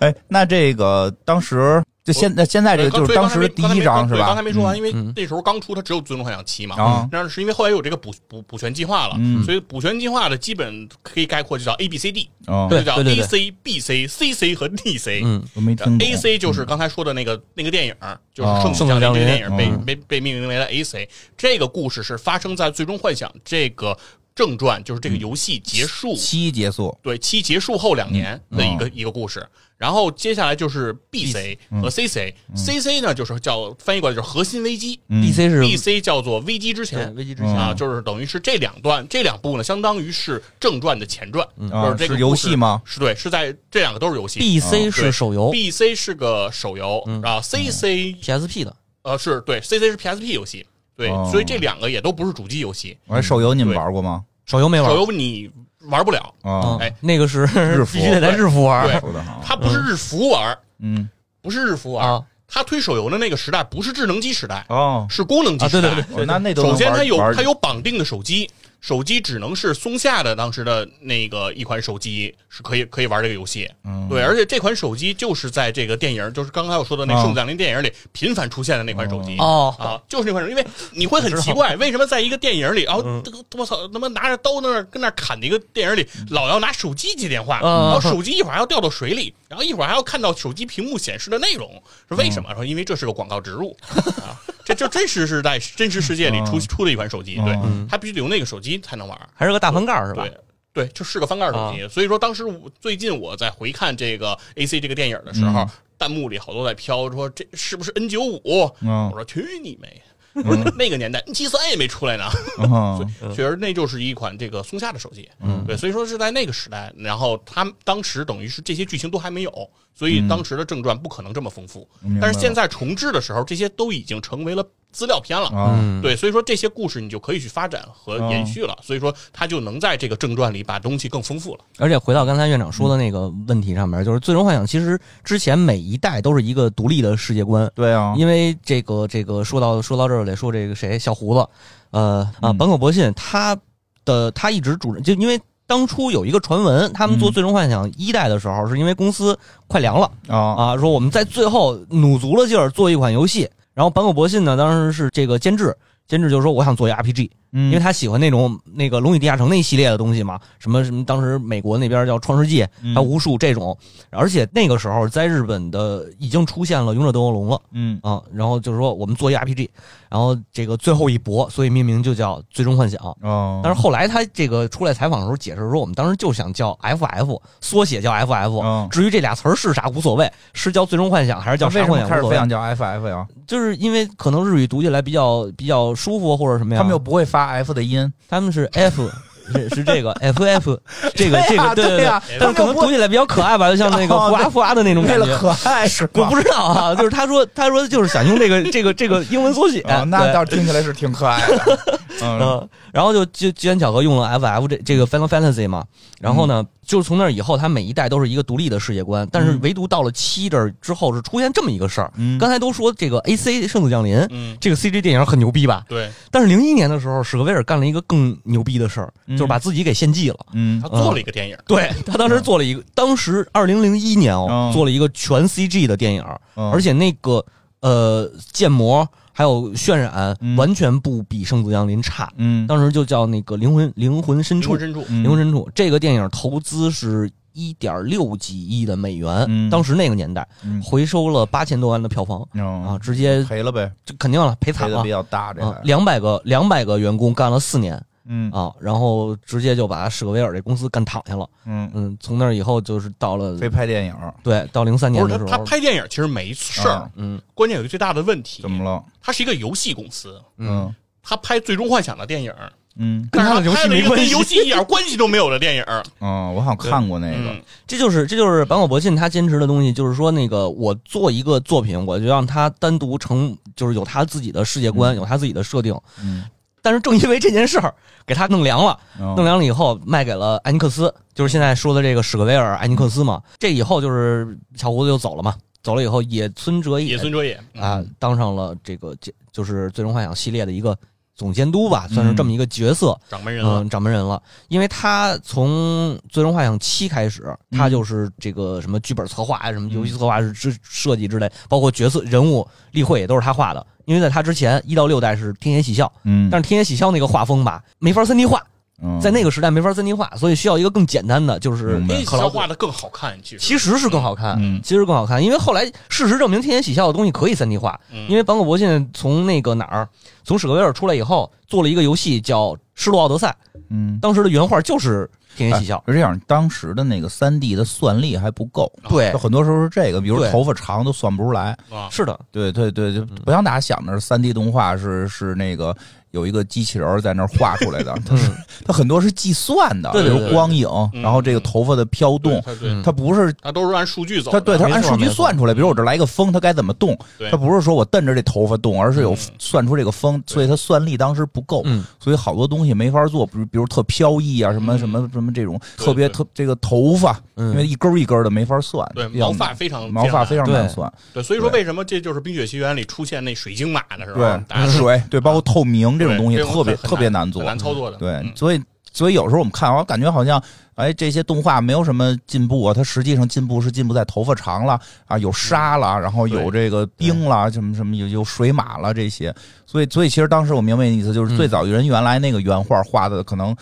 哎，那这个当时就现在现在哎这个就刚是所以当时第一章刚才没刚才没对是刚吧？才没说完，因为嗯那时候刚出，它只有《最终幻想七》嘛。啊，但是因为后来有这个补补补全计划了，嗯所以补全计划的基本可以概括就叫 A B C D，哦对就叫对 A 对 C B C C C 和 D C。嗯，我没听懂。 A C 就是刚才说的那个那个电影，就是哦嗯《圣母降临》这个电影圣母被降临被被命名为了 A C。这个故事是发生在《最终幻想》这个正传，就是这个游戏结束，嗯七嗯哦结束，对七结束后两年的一个一个故事。然后接下来就是 B C 嗯和 C C。C C 呢就是叫翻译过来就是核心危机嗯 d c 是，B C 叫做危机之前对。危机之嗯前，啊，就是等于是这两段，这两部呢，相当于是正传的前传，嗯啊就是这个是游故事戏吗？是对，是在这两个都是游戏。 b c 哦是手游嗯 B C 是个手游，然后 C C ，PSP 的，呃是对 C C 是 P S P 游戏，对哦，所以这两个也都不是主机游戏，哎，手嗯游你们玩过吗？手游没玩手儿，游你玩不了，啊，哎嗯，那个是日服 <laughs> 必须得在日服玩儿对，说的好，它不是日服玩，嗯，不是日服玩啊，它推手游的那个时代不是智能机时代，哦，是功能机啊时代对对。哦那那都能首先，玩它有玩它有绑定的手机，手机只能是松下的当时的那个一款手机是可以可以玩这个游戏。嗯对，而且这款手机就是在这个电影，就是刚才我说的那个啊《圣母降临》电影里频繁出现的那款手机。哦 <laughs> 啊，就是那款手机，因为你会很奇怪，为什么在一个电影里，然后嗯这个我操，他妈拿着刀在那儿跟那儿砍的一个电影里，老要拿手机接电话，嗯然后手机一会儿还要掉到水里，然后一会儿还要看到手机屏幕显示的内容，是为嗯什么？说因为这是个广告植入啊，这就真实是在真实世界啊里出嗯出的一款手机，对嗯，它必须得用那个手机才能玩。还是个大翻盖儿啊是吧？啊对对，就是个翻盖儿手机。所以说，当时我最近我在回看这个 A C 这个电影的时嗯候，弹幕里好多在飘说这是不是 N 九五？嗯我说去你妹！我说那那个年代 N 七三也没出来呢，嗯确实那就是一款这个松下的手机。嗯，对，所以说是在那个时代，然后他们当时等于是这些剧情都还没有，所以当时的正传不可能这么丰富。嗯明白但是现在重置的时候，这些都已经成为了资料片了。啊，嗯哦对，所以说这些故事你就可以去发展和延续了，所以说它就能在这个正传里把东西更丰富了。而且回到刚才院长说的嗯那个问题上面，就是《最终幻想》其实之前每一代都是一个独立的世界观，对啊，因为这个这个说到说到这儿得说这个谁小胡子，呃啊嗯坂口博信他的他一直主就因为。当初有一个传闻，他们做嗯《最终幻想》一代的时候，是因为公司快凉了嗯啊啊，说我们在最后努足了劲儿做一款游戏。然后坂口博信呢，当时是这个监制，监制就说我想做一 RPG，因因为他喜欢那种那个《龙与地下城》那一系列的东西嘛，什么什么，当时美国那边叫《创世纪》，嗯还有无数这种，而且那个时候在日本的已经出现了《勇者斗恶龙》了嗯啊，然后就是说我们做一 RPG，然后这个最后一搏，所以命名就叫《最终幻想》。啊，但是后来他这个出来采访的时候解释说，我们当时就想叫 FF，缩写叫 FF，、嗯至于这俩词儿是啥无所谓，是叫《最终幻想》还是叫啥为什幻么想开无始所非谓想，叫 FF 呀？就是因为可能日语读起来比较比较舒服或者什么呀，他们又不会发 F 的音，他们是 F，是是这个 <laughs> F F，这个这呀个对对呀但他们又是可能不读起来比较可爱吧，就像那个哦呼啊呼啊的那种为感了觉。可爱是吧我不知道啊，就是他说他说就是想用这个这个这个英文缩写，啊，那对倒是听起来是挺可 <laughs> 爱的。嗯嗯，然后就就机缘巧合用了 F F 这这个 Final Fantasy 嘛，然后呢，就是从那以后，它每一代都是一个独立的世界观，但是嗯唯独到了七这儿之后是出现这么一个事儿。嗯刚才都说这个 A C 圣子降临嗯，这个 C G 电影很牛逼吧？对但是零一年的时候，史格威尔干了一个更牛逼的事儿，嗯就是把自己给献祭了。嗯他做了一个电影，对他当时做了一个，当时二零零一年哦嗯，做了一个全 CG 的电影，嗯，而且那个呃建模还有渲染嗯完全不比《圣子降临》差，嗯当时就叫那个灵魂灵魂深灵处魂，深处，嗯灵魂深处这个电影投资是一点六几亿的美元，嗯当时那个年代嗯回收了八千多万的票房嗯啊，直接赔了呗，就肯定了赔赔惨的了比。较大这啊个，。两百个两百个员工干了四年嗯啊，然后直接就把史格威尔这公司干躺下了。嗯，嗯，从那儿以后就是到了非拍电影对到零三年不是的时嗯他候，他拍电影其实没事儿啊，嗯关键有一个最大的问题怎，么了？它是一个游戏公司，嗯他拍《最终幻想》的电影，嗯跟但他是的游戏拍了没一个关跟系游戏 <laughs> 一点关系都没有的电影，嗯，我好像看过那个嗯，这就是这就是坂口博信他坚持的东西，就是说那个我做一个作品，我就让他单独成，就是有他自己的世界观，有他自己的设定。嗯，但是正因为这件事儿，给他弄凉了，嗯哦弄凉了以后卖给了艾尼克斯，就是现在说的这个史格威尔艾尼克斯嘛。这以后就是小胡子就走了嘛，走了以后野村哲野嗯也村哲也，啊，当上了这个这就是最终幻想系列的一个总监督吧，嗯算是这么一个角色。掌门人啊了，嗯，掌门人了，因为他从《最终幻想七》开始，嗯他就是这个什么剧本策划啊呀、什么游戏策划是之设计之类，包括角色人物立绘也都是他画的。因为在他之前，一到六代是天野喜孝，嗯，但是天野喜孝那个画风吧，没法三 D 画，嗯在那个时代没法三 D 画，所以需要一个更简单的，就是明白那嗯克劳肖普。画的更好看，其实，其实是更好看，嗯其实更好看，因为后来事实证明，天野喜孝的东西可以三 D 画，嗯因为坂口博信从那个哪儿，从史格威尔出来以后，做了一个游戏叫《失落奥德赛》，嗯。当时的原画就是天野喜孝哎。是这样，当时的那个三 D 的算力还不够，哎对就，很多时候是这个，比如对头发长都算不出来。啊，是的，对对对，就不像大家想的是三 D 动画是是那个有一个机器人儿在那儿画出来的，它是它很多是计算的，对对比对如光影，嗯然后这个头发的飘动，他对嗯它不是他都是按数据走它的，对它是没按错数据没错算出来，比如我这来一个风，它该怎么动，对它不是说我瞪着这头发动，而是有嗯算出这个风，所以它算力当时不够，嗯，所以好多东西没法做，比如比如特飘逸啊，什么嗯什么什么这种对特别对特这个头发，嗯因为一根儿一根儿的没法算，对比较毛发非常毛发非常对难算，对，所以说对为什么这就是《冰雪奇缘》里出现那水晶马的时候，大对家水 <laughs> 对，包括透明这种对东西特别很特别难很做，难操作的，对嗯，所以所以有时候我们看，我感觉好像哎，这些动画没有什么进步啊，它实际上进步是进步在头发长了啊，有沙了，然后有这个冰了，什么什么有有水马了这些，所以所以其实当时我明白你的意思，就是嗯最早人原来那个原画画的可能。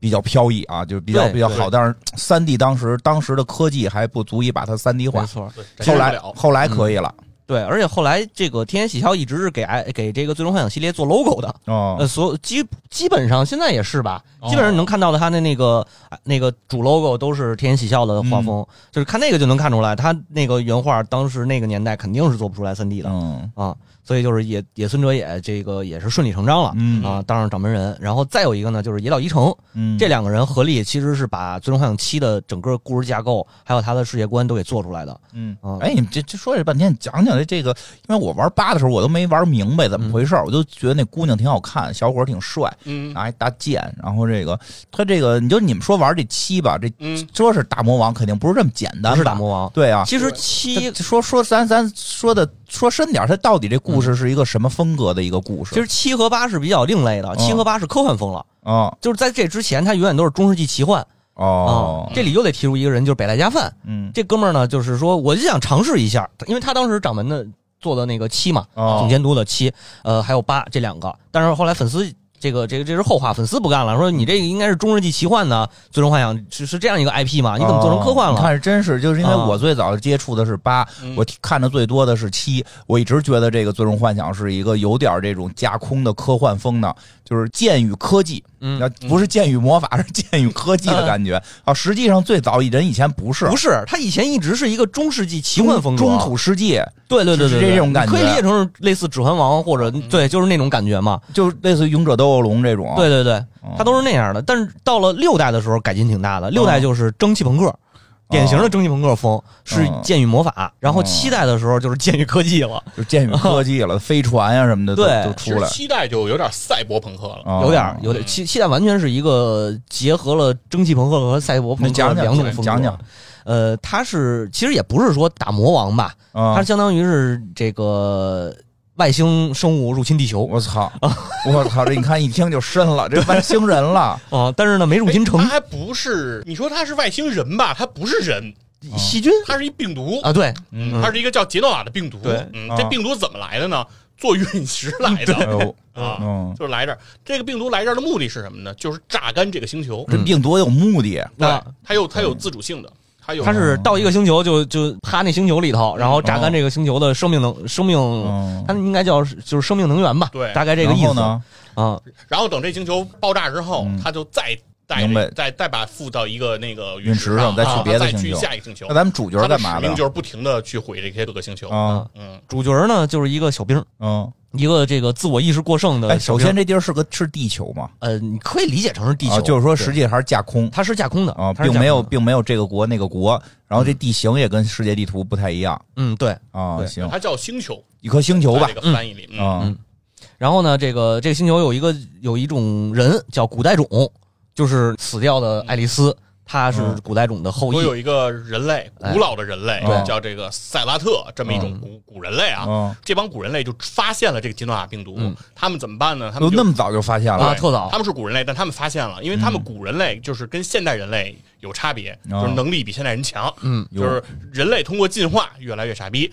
比较飘逸啊，就是比较对比较好，但是三 D 当时当时的科技还不足以把它三 D 没化，错，对后展来现不了后来可以了，对，而且后来这个天野喜孝一直是给哎给这个《最终幻想》系列做 logo 的，呃，哦，所有基基本上现在也是吧，哦基本上能看到的他的那个啊那个主 logo 都是天野喜孝的画风，就是看那个就能看出来，他那个原画当时那个年代肯定是做不出来三 D 的嗯啊，所以就是野野村哲也这个也是顺理成章了。嗯啊，当上掌门人，然后再有一个呢，就是野岛一成，嗯，这两个人合力其实是把《最终幻想七》的整个故事架构，还有他的世界观都给做出来的。嗯啊，哎，你这这说这半天，讲讲哎，这个，因为我玩八的时候我都没玩明白怎么回事嗯儿，我就觉得那姑娘挺好看，小伙儿挺帅，嗯拿一大剑，然后这个他这个，你就你们说玩这七吧，这嗯，说是大魔王，肯定不是这么简单，不是大，魔王。对啊。其实对七他说说咱咱说的说深点儿，他到底这故事是一个什么风格的一个故事？嗯其实七和八是比较另类的，七和八是科幻风了，啊就是在这之前，它永远都是中世纪奇幻啊、哦，这里又得提出一个人，就是北濑加范嗯这哥们儿呢，就是说我就想尝试一下，因为他当时掌门的做的那个七嘛，哦总监督的七，呃，还有八这两个，但是后来粉丝。这个这个这是后话，粉丝不干了，说你这个应该是中世纪奇幻呢，最终幻想是是这样一个 IP 啊嘛？你怎么做成科幻哦你了？看，真是就是因为啊我最早接触的是八、嗯我看的最多的是七，我一直觉得这个《最终幻想》是一个有点这种架空的科幻风呢，就是剑与科技，嗯啊，不是剑与魔法，是剑与科技的感 <laughs> 觉、啊。实际上，最早人以前不是不是，他以前一直是一个中世纪奇中幻风格，中土世纪，对对对对，是对这种感觉嗯你可以理解成是类似《指环王》或者对，就是那种感觉嘛。就是类似于《勇者斗恶龙》这种，对对对，嗯，它都是那样的。但是到了六代的时候，改进挺大哦的。六代就是蒸汽朋克，典型的蒸汽朋克风是剑与魔哦法。然后七代的时候就是剑与科技了，就是剑与科技 <laughs> 了，飞船呀、什么的都对都其出实来，期待就有点赛博朋克了，啊有点儿有点儿七七代完全是一个结合了蒸汽朋克和赛博你朋克讲讲两种风格。讲讲，呃，它是其实也不是说打魔王吧，啊它相当于是这个外星生物入侵地球我 <laughs> 操！我操！这你看一听就深了，这外星人了，啊，但是呢没入侵哎成他还不是你说他是外星人吧？他不是人，细菌他是一病毒，嗯啊，哦对，嗯，它是一个叫杰诺瓦的病毒。对嗯啊，这病毒怎么来的呢？坐陨石 <laughs> 来哎的 <laughs> 呦，啊，嗯，就是来这儿。这个病毒来这儿的目的是什么呢？就是榨干这个星球。这病毒有目的，那对，它有它有自主性的，它有他哦是到一个星球就就趴那星球里头，然后榨干这个星球的生命能生命，嗯他应该叫就是生命能源吧？对大概这个然意后思呢？啊。然后等这星球爆炸之后，它就再带嗯明白再再把附到一个那个陨石上上，再去啊别的再星去球下一个星球那。咱们主角它的干使嘛命的？就是不停的去毁这些各个星球。啊，嗯，主角呢就是一个小兵，嗯，一个这个自我意识过剩的哎，小首兵。先这地儿是个是地球嘛？呃，你可以理解成是地啊球，就是说对实际还是架空它是架空的啊，它是并架空的没有并没有这个国那个国，然后这地形也跟世界地图不太一样嗯对。啊。对行，它叫星球，一颗星球吧在这个翻译里，嗯，啊嗯然后呢，这个这个星球有一个有一种人叫古代种，就是死掉的爱丽丝，她是嗯古代种的后我有裔。一个人类，哎古老的人类对叫这个塞拉特，这么一种古古人类啊。嗯，这帮古人类就发现了这个金诺亚病毒，嗯他们怎么办呢？他都们那就么早就发现啊 <laughs> 了，特早他们是古人类，但他们发现了，因为他们古人类就是跟现代人类有差别，哦就是能力比现代人强，嗯，就是人类通过进化越来越傻 <laughs> 逼。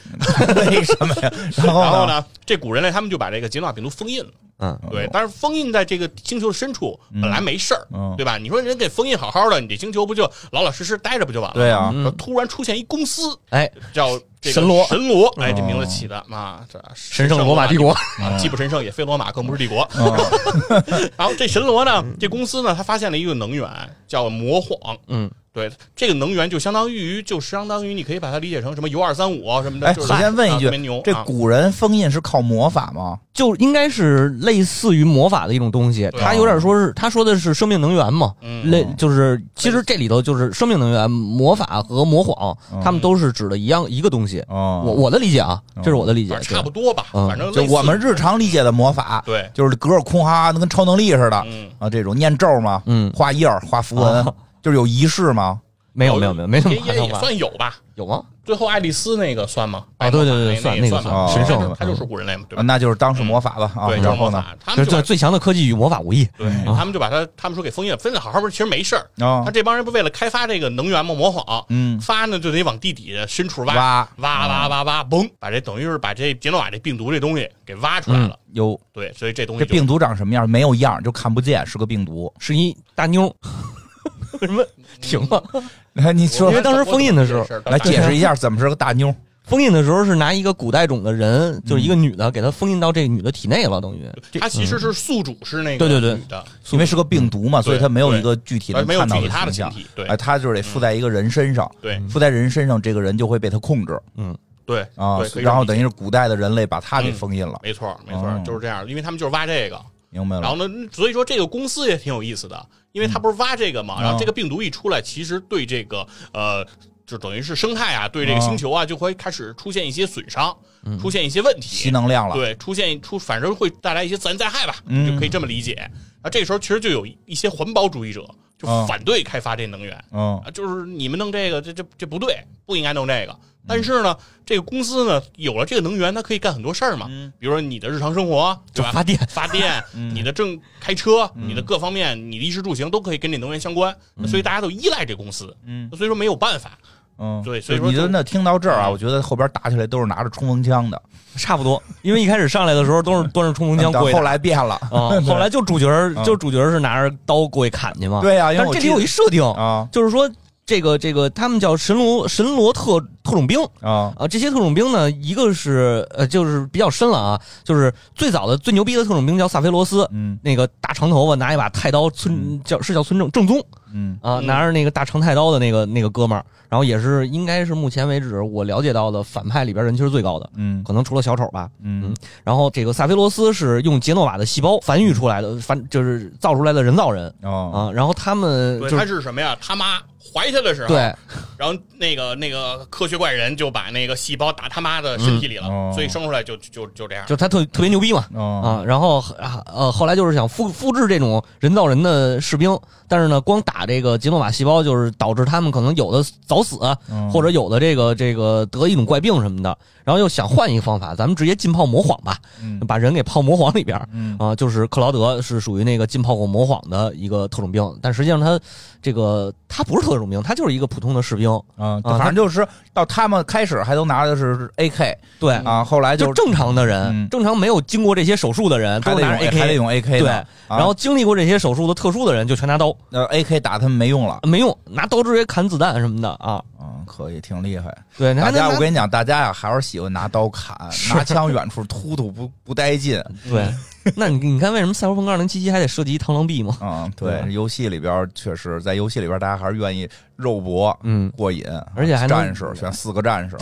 为什么呀？ <laughs> 然然后后呢？呢，这古人类他们就把这个金诺亚病毒封印了，嗯，对，但是封印在这个星球的深处本来没事儿，嗯对吧？你说人给封印好好的，你这星球不就老老实实待着不就完了？对啊，然后突然出现一公司，哎，叫这个嗯神罗神罗，哎，这哦名字起的啊，这神神圣罗马帝国啊，既不神圣也非罗马，更不是帝国。嗯 <laughs> 然后这神罗呢，这公司呢，它发现了一个能源叫魔晃，嗯，对，这个能源就相当于就相当于你可以把它理解成什么铀二三五啊什么的。哎，就我是先问一啊特别句牛，这啊古人封印是靠魔法吗？就应该是类似于魔法的一种东西，对啊它有点说是他说的是生命能源嘛，嗯类就是其实这里头就是生命能源、魔法和魔谎，他们都是指的一样一个东西。哦，我我的理解啊，这是我的理解反，正差不多吧，嗯反正就类似我们日常理解的魔法，对就是隔着空哈哈跟超能力似的嗯啊，这种念咒嘛，嗯画印儿、画符文哦，就是有仪式嘛。没有没有没有没什么也夸也张也吧？算有吧。有吗？最后爱丽丝那个算吗？啊对对对白头发算那那个算算吧神圣它嘛它就是古人类嘛，啊对吧？那就是当是魔法吧啊，对，就是然后魔呢法，他就们就是最把最强的科技与魔法无异。对，他们就把它，他们说给封印了，封印好好不是，其实没事儿。啊他，这帮人不为了开发这个能源嘛，模仿，嗯发呢就得往地底下深处挖，挖嗯挖挖挖挖，嘣，把这等于是把这杰诺瓦这病毒这东西给挖出来了。有对，所以这东嗯这西就病毒长什么样？没有样儿，就看不见，是个病毒。是一大妞， <laughs> 为什么嗯停了？来，你我说因为当时封印的时候我懂这事儿来解释一下怎么是个大妞？封印的时候是拿一个古代种的人，就是一个女的，给她封印到这个女的体内了，等于他其嗯实是宿主是那个对对对女的，因为是个病毒嘛，所以它没有一个具体的呃没有看到具体它形的形象。体，对嗯哎，它就是得附在一个人身上，对附在人身上，这个人就会被它控制对啊对，可以这么理解，然后等于是古代的人类把它嗯给封印了，没错没错哦，就是这样，因为他们就是挖这个，明白然后了？呢，所以说这个公司也挺有意思的，因为它不是挖这个嘛，嗯然后这个病毒一出来，其实对这个呃，就等于是生态啊，对嗯这个星球啊，就会开始出现一些损伤。嗯出现一些问题吸，能量了，对，出现出反正会带来一些自然灾害吧，嗯就可以这么理解。啊，这个时候其实就有一些环保主义者就啊反对开发这能源嗯啊，就是你们弄这个，这这这不对，不应该弄这个。但是呢，这个公司呢有了这个能源，它可以干很多事儿嘛，嗯比如说你的日常生活，对就吧？发电，发电，嗯你的正开车，嗯你的各方面，你的衣食住行都可以跟这能源相关，所以大家都依赖这公司，嗯所以说没有办法。嗯，对所以就你说就真的听到这儿啊，嗯我觉得后边打起来都是拿着冲锋枪的，差不多。因为一开始上来的时候都是端着冲锋枪但过去嗯后打，来变了， <laughs> 啊，后来就主角儿嗯就主角儿是拿着刀过去砍去嘛。，对呀，啊因但为我是这里记得有一设定，啊就是说这个这个他们叫神罗神罗特特种兵。啊啊，这些特种兵呢，一个是呃，就是比较深了啊，就是最早的最牛逼的特种兵叫萨菲罗斯，嗯那个大长头发拿一把太刀，村叫是叫村正正宗嗯啊，嗯拿着那个大长太刀的那个那个哥们儿，然后也是应该是目前为止我了解到的反派里边人气儿最高的，嗯可能除了小丑吧。嗯然后这个萨菲罗斯是用杰诺瓦的细胞繁育出来的，繁就是造出来的人造人哦啊，然后他们对，就他是是什么呀？他妈怀他的时候，对然后那个那个科学怪人就把那个细胞打他妈的身体里了，嗯哦所以生出来就就就这样。就是他特特别牛逼嘛，哦啊，然后啊呃，后来就是想复复制这种人造人的士兵，但是呢，光打这个杰诺瓦细胞，就是导致他们可能有的早死，嗯或者有的这个这个得一种怪病什么的。然后又想换一个方法，咱们直接浸泡魔谎吧，嗯把人给泡魔谎里边儿嗯啊。就是克劳德是属于那个浸泡过魔谎的一个特种兵，但实际上他这个他不是特种兵，他就是一个普通的士兵。啊，啊反正就是到他们开始还都拿的是 AK 对，啊，后来嗯就正常的人，嗯正常没有经过这些手术的人，还都得是用拿着 AK，还得用 AK 呢对，啊然后经历过这些手术的特殊的人就全拿刀，呃 AK 打他们没用了没用，拿刀直接砍子弹什么的啊。啊，可以挺厉害。对，你大还家，能我拿跟你讲，大家呀还是喜欢拿刀砍，拿枪远处突突不不带劲对，那你你看为什么赛博朋克二零七七还得涉及一螳螂臂吗？啊。对吧对，游戏里边确实，在游戏里边大家还是愿意肉搏嗯，过瘾，而且还能战士选四个战 <laughs> 士，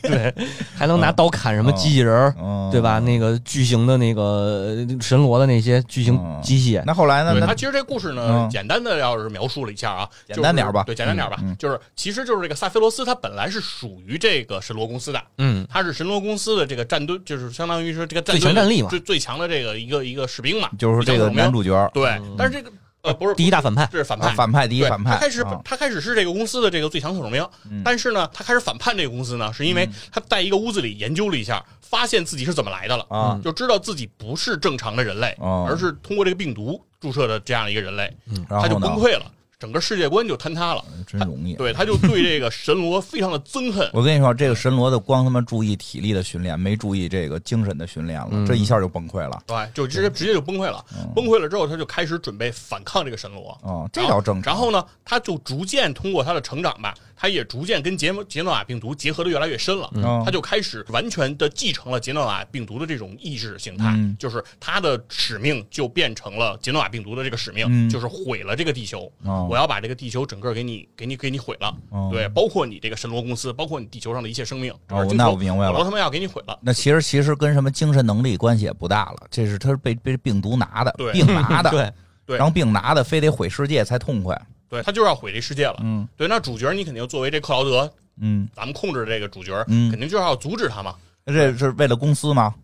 对，还能拿刀砍什么机器人儿，嗯，对吧？？那个巨型的那个呃神罗的那些巨型嗯机械，那后来呢？对那他其实这故事呢，嗯简单的要是描述了一下啊，简单点儿吧就是对，简单点儿吧，嗯嗯就是其实就是这个萨菲罗斯，他本来是属于这个神罗公司的，嗯，他是神罗公司的这个战队，就是相当于是这个最强战力嘛最最强的这个一个一个士兵嘛，就是这个比较有名男主角对，但是这个呃不是第一大反派，这是反啊派。反派第一对反派，他开始啊他开始是这个公司的这个最强特种兵嗯，但是呢，他开始反叛这个公司呢，是因为他在一个屋子里研究了一下，发现自己是怎么来的了，嗯嗯啊就知道自己不是正常的人类，哦嗯而是通过这个病毒注射的这样一个人类，然他就后崩呢？嗯溃了，整个世界观就坍塌了。真容易。。对，他就对这个神罗非常的憎恨 <laughs> 我跟你说，这个神罗的光他妈注意体力的训练，没注意这个精神的训练了，嗯这一下就崩溃了。对，就嗯直接直接就崩溃了。崩溃了之后，他就开始准备反抗这个神罗。哦，这倒正常。然后呢，他就逐渐通过他的成长吧，他也逐渐跟杰杰诺瓦病毒结合的越来越深了。嗯他就开始完全的继承了杰诺瓦病毒的这种意识形态，嗯就是他的使命就变成了杰诺瓦病毒的这个使命，嗯就是毁了这个地球。哦我要把这个地球整个给你给你给你毁了。哦对，包括你这个神罗公司，包括你地球上的一切生命。哦整个地球那我明白了老罗他们要给你毁了。那其实其实跟什么精神能力关系也不大了，这是他是被被病毒拿的，对病拿 <laughs> 的，对，对然后病拿的，非得毁世界才痛快。对他就是要毁这世界了。嗯对，那主角你肯定作为这克劳德，嗯，咱们控制的这个主角，嗯肯定就是要阻止他嘛。这是为了公司吗？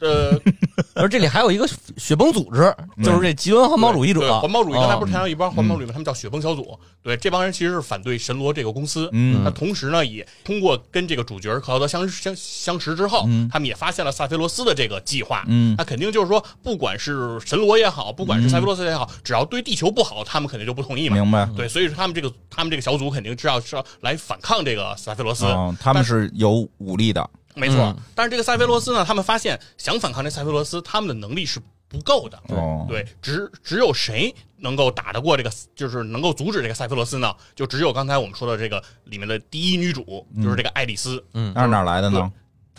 呃，而这里还有一个雪崩组织，就是这极端环保主义嗯对者，环保主义刚才啊不哦是谈到一嗯帮环保主义吗？他们叫雪崩小组。对，这帮人其实是反对神罗这个公司。嗯那同时呢，也通过跟这个主角克劳德相相相识之后，嗯他们也发现了萨菲罗斯的这个计划。嗯那肯定就是说，不管是神罗也好，不管是萨菲罗斯也好，只要对地球不好，他们肯定就不同意嘛。嗯明白。对，所以说他们这个他们这个小组肯定是要是要来反抗这个萨菲罗斯。嗯，他们是有武力的。没错，嗯但是这个塞菲罗斯呢，他们发现想反抗这塞菲罗斯，他们的能力是不够的。哦，对，只只有谁能够打得过这个，就是能够阻止这个塞菲罗斯呢？就只有刚才我们说的这个里面的第一女主，就是这个爱丽丝。嗯，那是哪来的呢？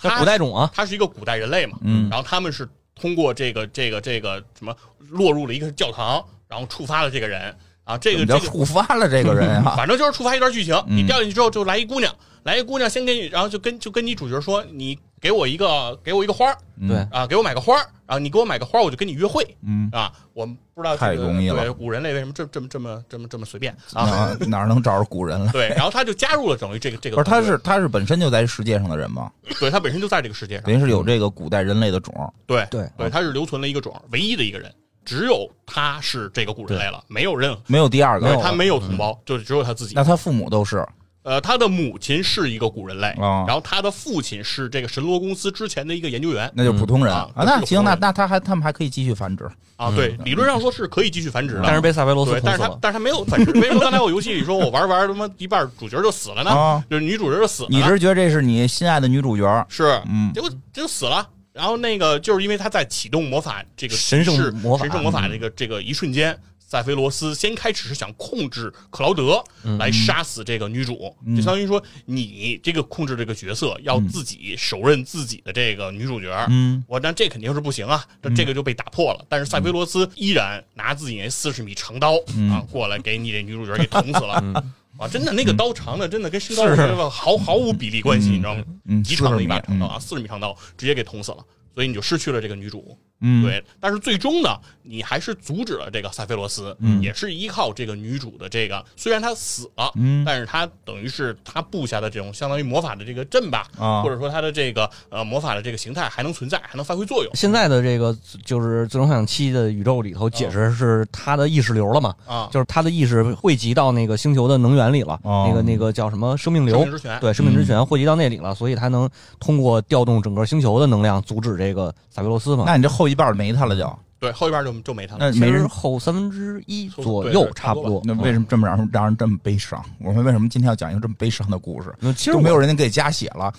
这古代种啊，她是一个古代人类嘛，嗯然后他们是通过这个这个这个什么落入了一个教堂，然后触发了这个人啊，这怎个么这叫个触发了这个人嗯啊？反正就是触发一段剧情，你掉进去之后就来一姑娘，来一姑娘先给你，然后就跟就跟女主角说，你给我一个给我一个花儿对啊，给我买个花儿，然后你给我买个花儿，我就跟你约会嗯，啊。我们不知道这太个容易了嗯对古人类为什么这这么这么这么这么随便 <laughs> 啊？哪哪能找着古 <laughs> 人了？对，然后他就加入了等于这个这个不是，他团队，是他是本身就在世界上的人嘛，对他本身就在这个世界上，等于是有这个古代人类的种。对对啊对，他是留存了一个种，唯一的一个人，只有他是这个古人类了，没有任何，没有第二对个，他没有同胞，就是只有他自己那。他父母都是呃，他的母亲是一个古人类，哦然后他的父亲是这个神罗公司之前的一个研究员那就是普通人嗯啊啊。就是那普行，通那人那他还他们还可以继续繁殖，啊。对，嗯理论上说是可以继续繁殖的，但是被萨菲罗斯对，捅但死是他了。但是他没有繁殖。为什么刚才我游戏里说我玩玩他妈一半主角就死了呢？啊就是女主角就死了，你是觉得这是你心爱的女主角？是，嗯结果就死了。然后那个就是因为他在启动魔法这个神圣是魔法神圣魔法这个这个一瞬间，塞菲罗斯先开始是想控制克劳德来杀死这个女主，就相当于说你这个控制这个角色要自己手刃自己的这个女主角。嗯，我那这肯定是不行啊，这这个就被打破了。但是塞菲罗斯依然拿自己那四十米长刀嗯啊过来给你这女主角给捅死了。 <laughs> 啊，真的那个刀长的，真的跟身高我觉得毫毫无比例关系，你知道吗？嗯嗯极长的一把40米长刀啊，四十米长刀直接给捅死了，所以你就失去了这个女主。嗯对，但是最终呢，你还是阻止了这个塞菲罗斯，也是依靠这个女主的这个，虽然她死了，嗯但是她等于是她布下的这种相当于魔法的这个阵吧，啊或者说她的这个呃魔法的这个形态还能存在，还能发挥作用现在的这个就是《最终幻想七》的宇宙里头解释是他的意识流了嘛？啊。就是他的意识汇集到那个星球的能源里了，哦那个那个叫什么生命生流命之泉，嗯对，生命之泉汇集到那里了，所以他能通过调动整个星球的能量，阻止这个萨维罗斯嘛。那你这后一半没他了就，对，后一半就就没他了。那其没实人。后三分之一对左对右差差不不多嗯多。嗯那为什么这么让人让人这么悲伤？我们为什么今天要讲一个这么悲伤的故事？嗯？其实都没我有人家给加血了，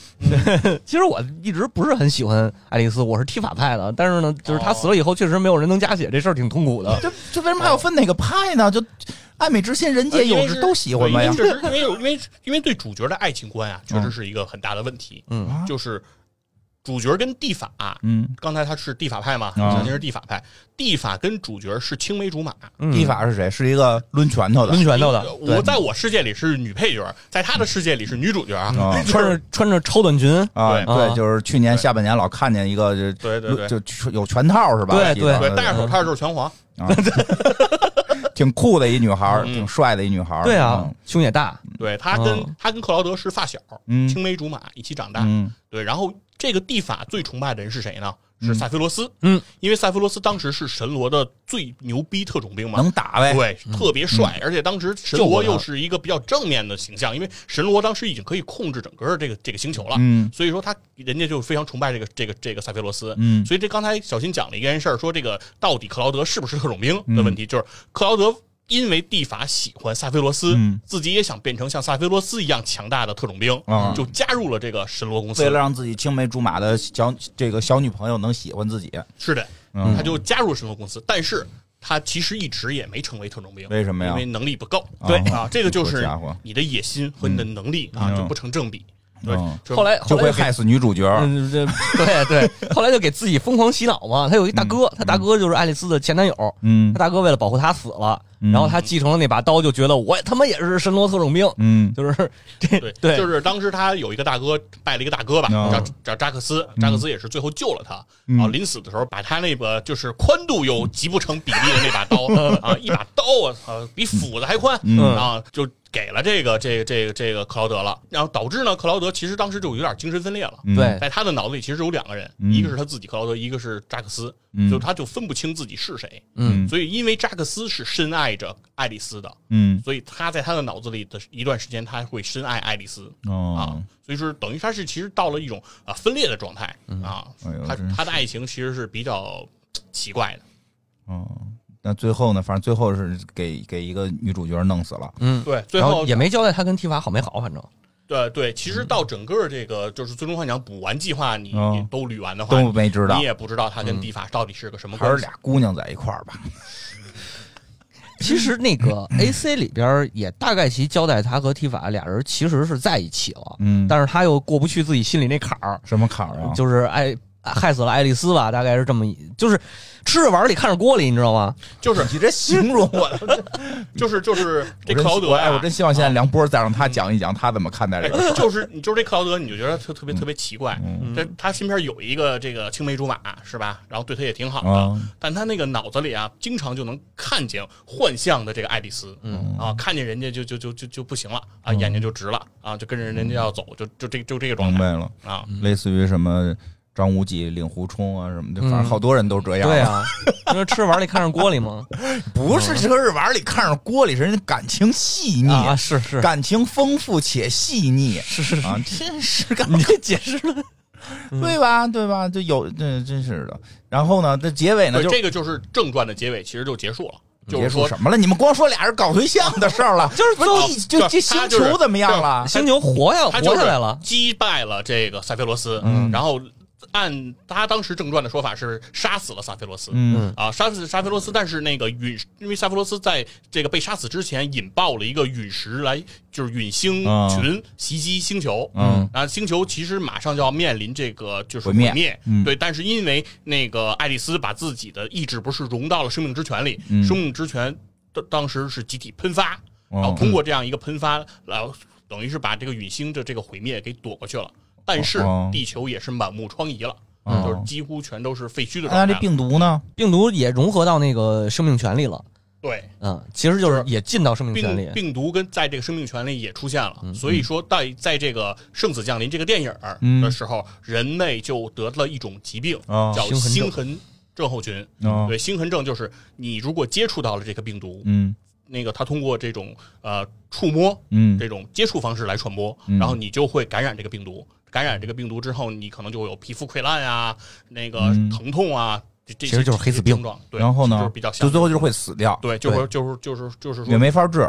其实我一直不是很喜欢爱丽丝，我是踢法派的。但是呢，就是她死了以后，确实没有人能加血，这事儿挺痛苦的。这这为什么还要分哪个派呢？就爱美之心，人呃皆因为有之，是都喜欢对呗呀嗯因。为确实，因为有因为因为对主角的爱情观啊，确实是一个很大的问题。嗯啊就是主角跟地法，嗯，刚才他是地法派嘛，啊小金是地法派，地法跟主角是青梅竹马。嗯蒂法是谁？是一个抡拳头的抡拳头的呃，我在我世界里是女配角，在他的世界里是女主角啊。啊 <laughs> 穿着穿着超短裙，啊，对对，啊就是去年下半年老看见一个就对对对就嗯就有拳套是吧？呃对我记得对，戴上手套就是拳皇，挺酷的一女孩儿，嗯挺帅的一女孩儿。对啊，胸也大，对他跟嗯他跟克劳德是发小，嗯青梅竹马一起长大。嗯，对，然后这个地法最崇拜的人是谁呢？是塞菲罗斯。嗯，因为塞菲罗斯当时是神罗的最牛逼特种兵嘛，能哎嗯打呗。对，特别帅，而且当时神救罗过他又是一个比较正面的形象，因为神罗当时已经可以控制整个这个这个星球了，嗯所以说他人家就非常崇拜这个这个这个塞菲罗斯，嗯所以这刚才小新讲了一件事儿，说这个到底克劳德是不是特种兵嗯的问题，就是克劳德。因为蒂法喜欢塞菲罗斯，嗯自己也想变成像塞菲罗斯一样强大的特种兵，啊就加入了这个神罗公司为。了让自己青梅竹马的小这个小女朋友能喜欢自己，是的，嗯他就加入神罗公司，但是他其实一直也没成为特种兵，为什么呀因为能力不够。对啊，这个 <laughs> 就好是家伙你的野心和你的能力啊嗯就不成正比。对嗯，就后来就后来会给害死女主角。 <laughs> 嗯，这对对，后来就给自己疯狂洗脑嘛。他有一大哥，他大哥就是爱丽丝的前男友，嗯他大哥为了保护她死了，嗯然后他继承了那把刀，就觉得我他妈也是神罗特种兵，嗯就是这对 <laughs> 对就是当时他有一个大哥拜了一个大哥吧，嗯叫叫扎克斯，扎克斯也是最后救了他啊。临死的时候，把他那个就是宽度又极不成比例的那把 <laughs> 刀嗯啊，一把刀啊，啊比斧子还宽嗯啊，就给了这个这个这个这个克劳德了。然后导致呢，克劳德其实当时就有点精神分裂了。嗯对在他的脑子里其实有两个人，嗯一个是他自己克劳德，一个是扎克斯，嗯就他就分不清自己是谁。嗯嗯所以因为扎克斯是深爱着爱丽丝的，嗯所以他在他的脑子里的一段时间，他会深爱爱丽丝。啊哦，，所以说等于他是其实到了一种啊分裂的状态啊哎呦，他真是他的爱情其实是比较奇怪的。哦，那最后呢？反正最后是给给一个女主角弄死了。嗯，对，最然后后也没交代他跟提法好没好，反正对对，其实到整个这个就是《最终幻想》补完计划，你嗯你都捋完的话，都没知道嗯你也不知道他跟蒂法到底是个什么还关是系。俩姑娘在一块儿吧？其实那个 A C 里边也大概其交代他和提法俩人其实是在一起了，嗯但是他又过不去自己心里那坎儿，什么坎儿啊？就是爱害死了爱丽丝吧，大概是这么一，就是吃着碗里看着锅里，你知道吗？就是你这形容我， <laughs> 就是就是 <laughs> 这我啊真克劳德哎，呀我真希望现在梁波再让他讲一讲他怎么看待 <laughs> 这个。哎，就是你就是这克劳德，你就觉得他特别特别奇怪。嗯这他身边有一个这个青梅竹马是吧？然后对他也挺好的，啊但他那个脑子里啊，经常就能看见幻象的这个爱丽丝，嗯啊，看见人家就就就就就不行了嗯啊，眼睛就直了啊，就跟着人家要走，就就这就这个状明态白嗯了，啊。类似于什么张无忌令狐冲啊什么的，反正好多人都这样。对啊，你说吃着碗里看着锅里吗？不是这日碗里看着锅里，人家感情细腻，啊，是是感情丰富且细腻是是是，啊，真是感你这 <laughs> 解释的嗯对吧？对吧？这有这真是的。然后呢，这结尾呢对，就这个就是正传的结尾，其实就结束了，就是结束说什么了？你们光说俩人搞对象的事 <laughs> 儿了，就是不是哦最就这就是星他就是球怎么样了？星球活下他活就是下来了，击败了这个萨菲罗斯，嗯然后按他当时正传的说法是杀死了萨菲罗斯，嗯啊，杀死萨菲罗斯，但是那个陨，因为萨菲罗斯在这个被杀死之前引爆了一个陨石来，就是陨星啊群袭击星球，嗯啊，星球其实马上就要面临这个就是毁毁灭嗯对，但是因为那个爱丽丝把自己的意志不是融到了生命之泉里，嗯生命之泉当当时是集体喷发，然后哦通过这样一个喷发，然后等于是把这个陨星的这个毁灭给躲过去了。但是哦地球也是满目疮痍了，哦就是几乎全都是废墟的啊那状这态。病毒呢？病毒也融合到那个生命泉里了。对，嗯，其实就是是也进到生命泉里病。病毒跟在这个生命权里也出现了，所以说在在这个《圣子降临》这个电影儿嗯的时候，人类就得了一种疾病，啊叫星星痕症痕症候群。哦对，星痕症就是你如果接触到了这个病毒，嗯那个它通过这种呃触摸嗯这种接触方式来传播，然后你就会感染这个病毒。感染这个病毒之后，你可能就会有皮肤溃烂啊，那个疼痛啊，这这其实就是黑死病这些症状。对，然后就是呢比较，像就最后就是会死掉，对，就会就是就是就是说也没法治。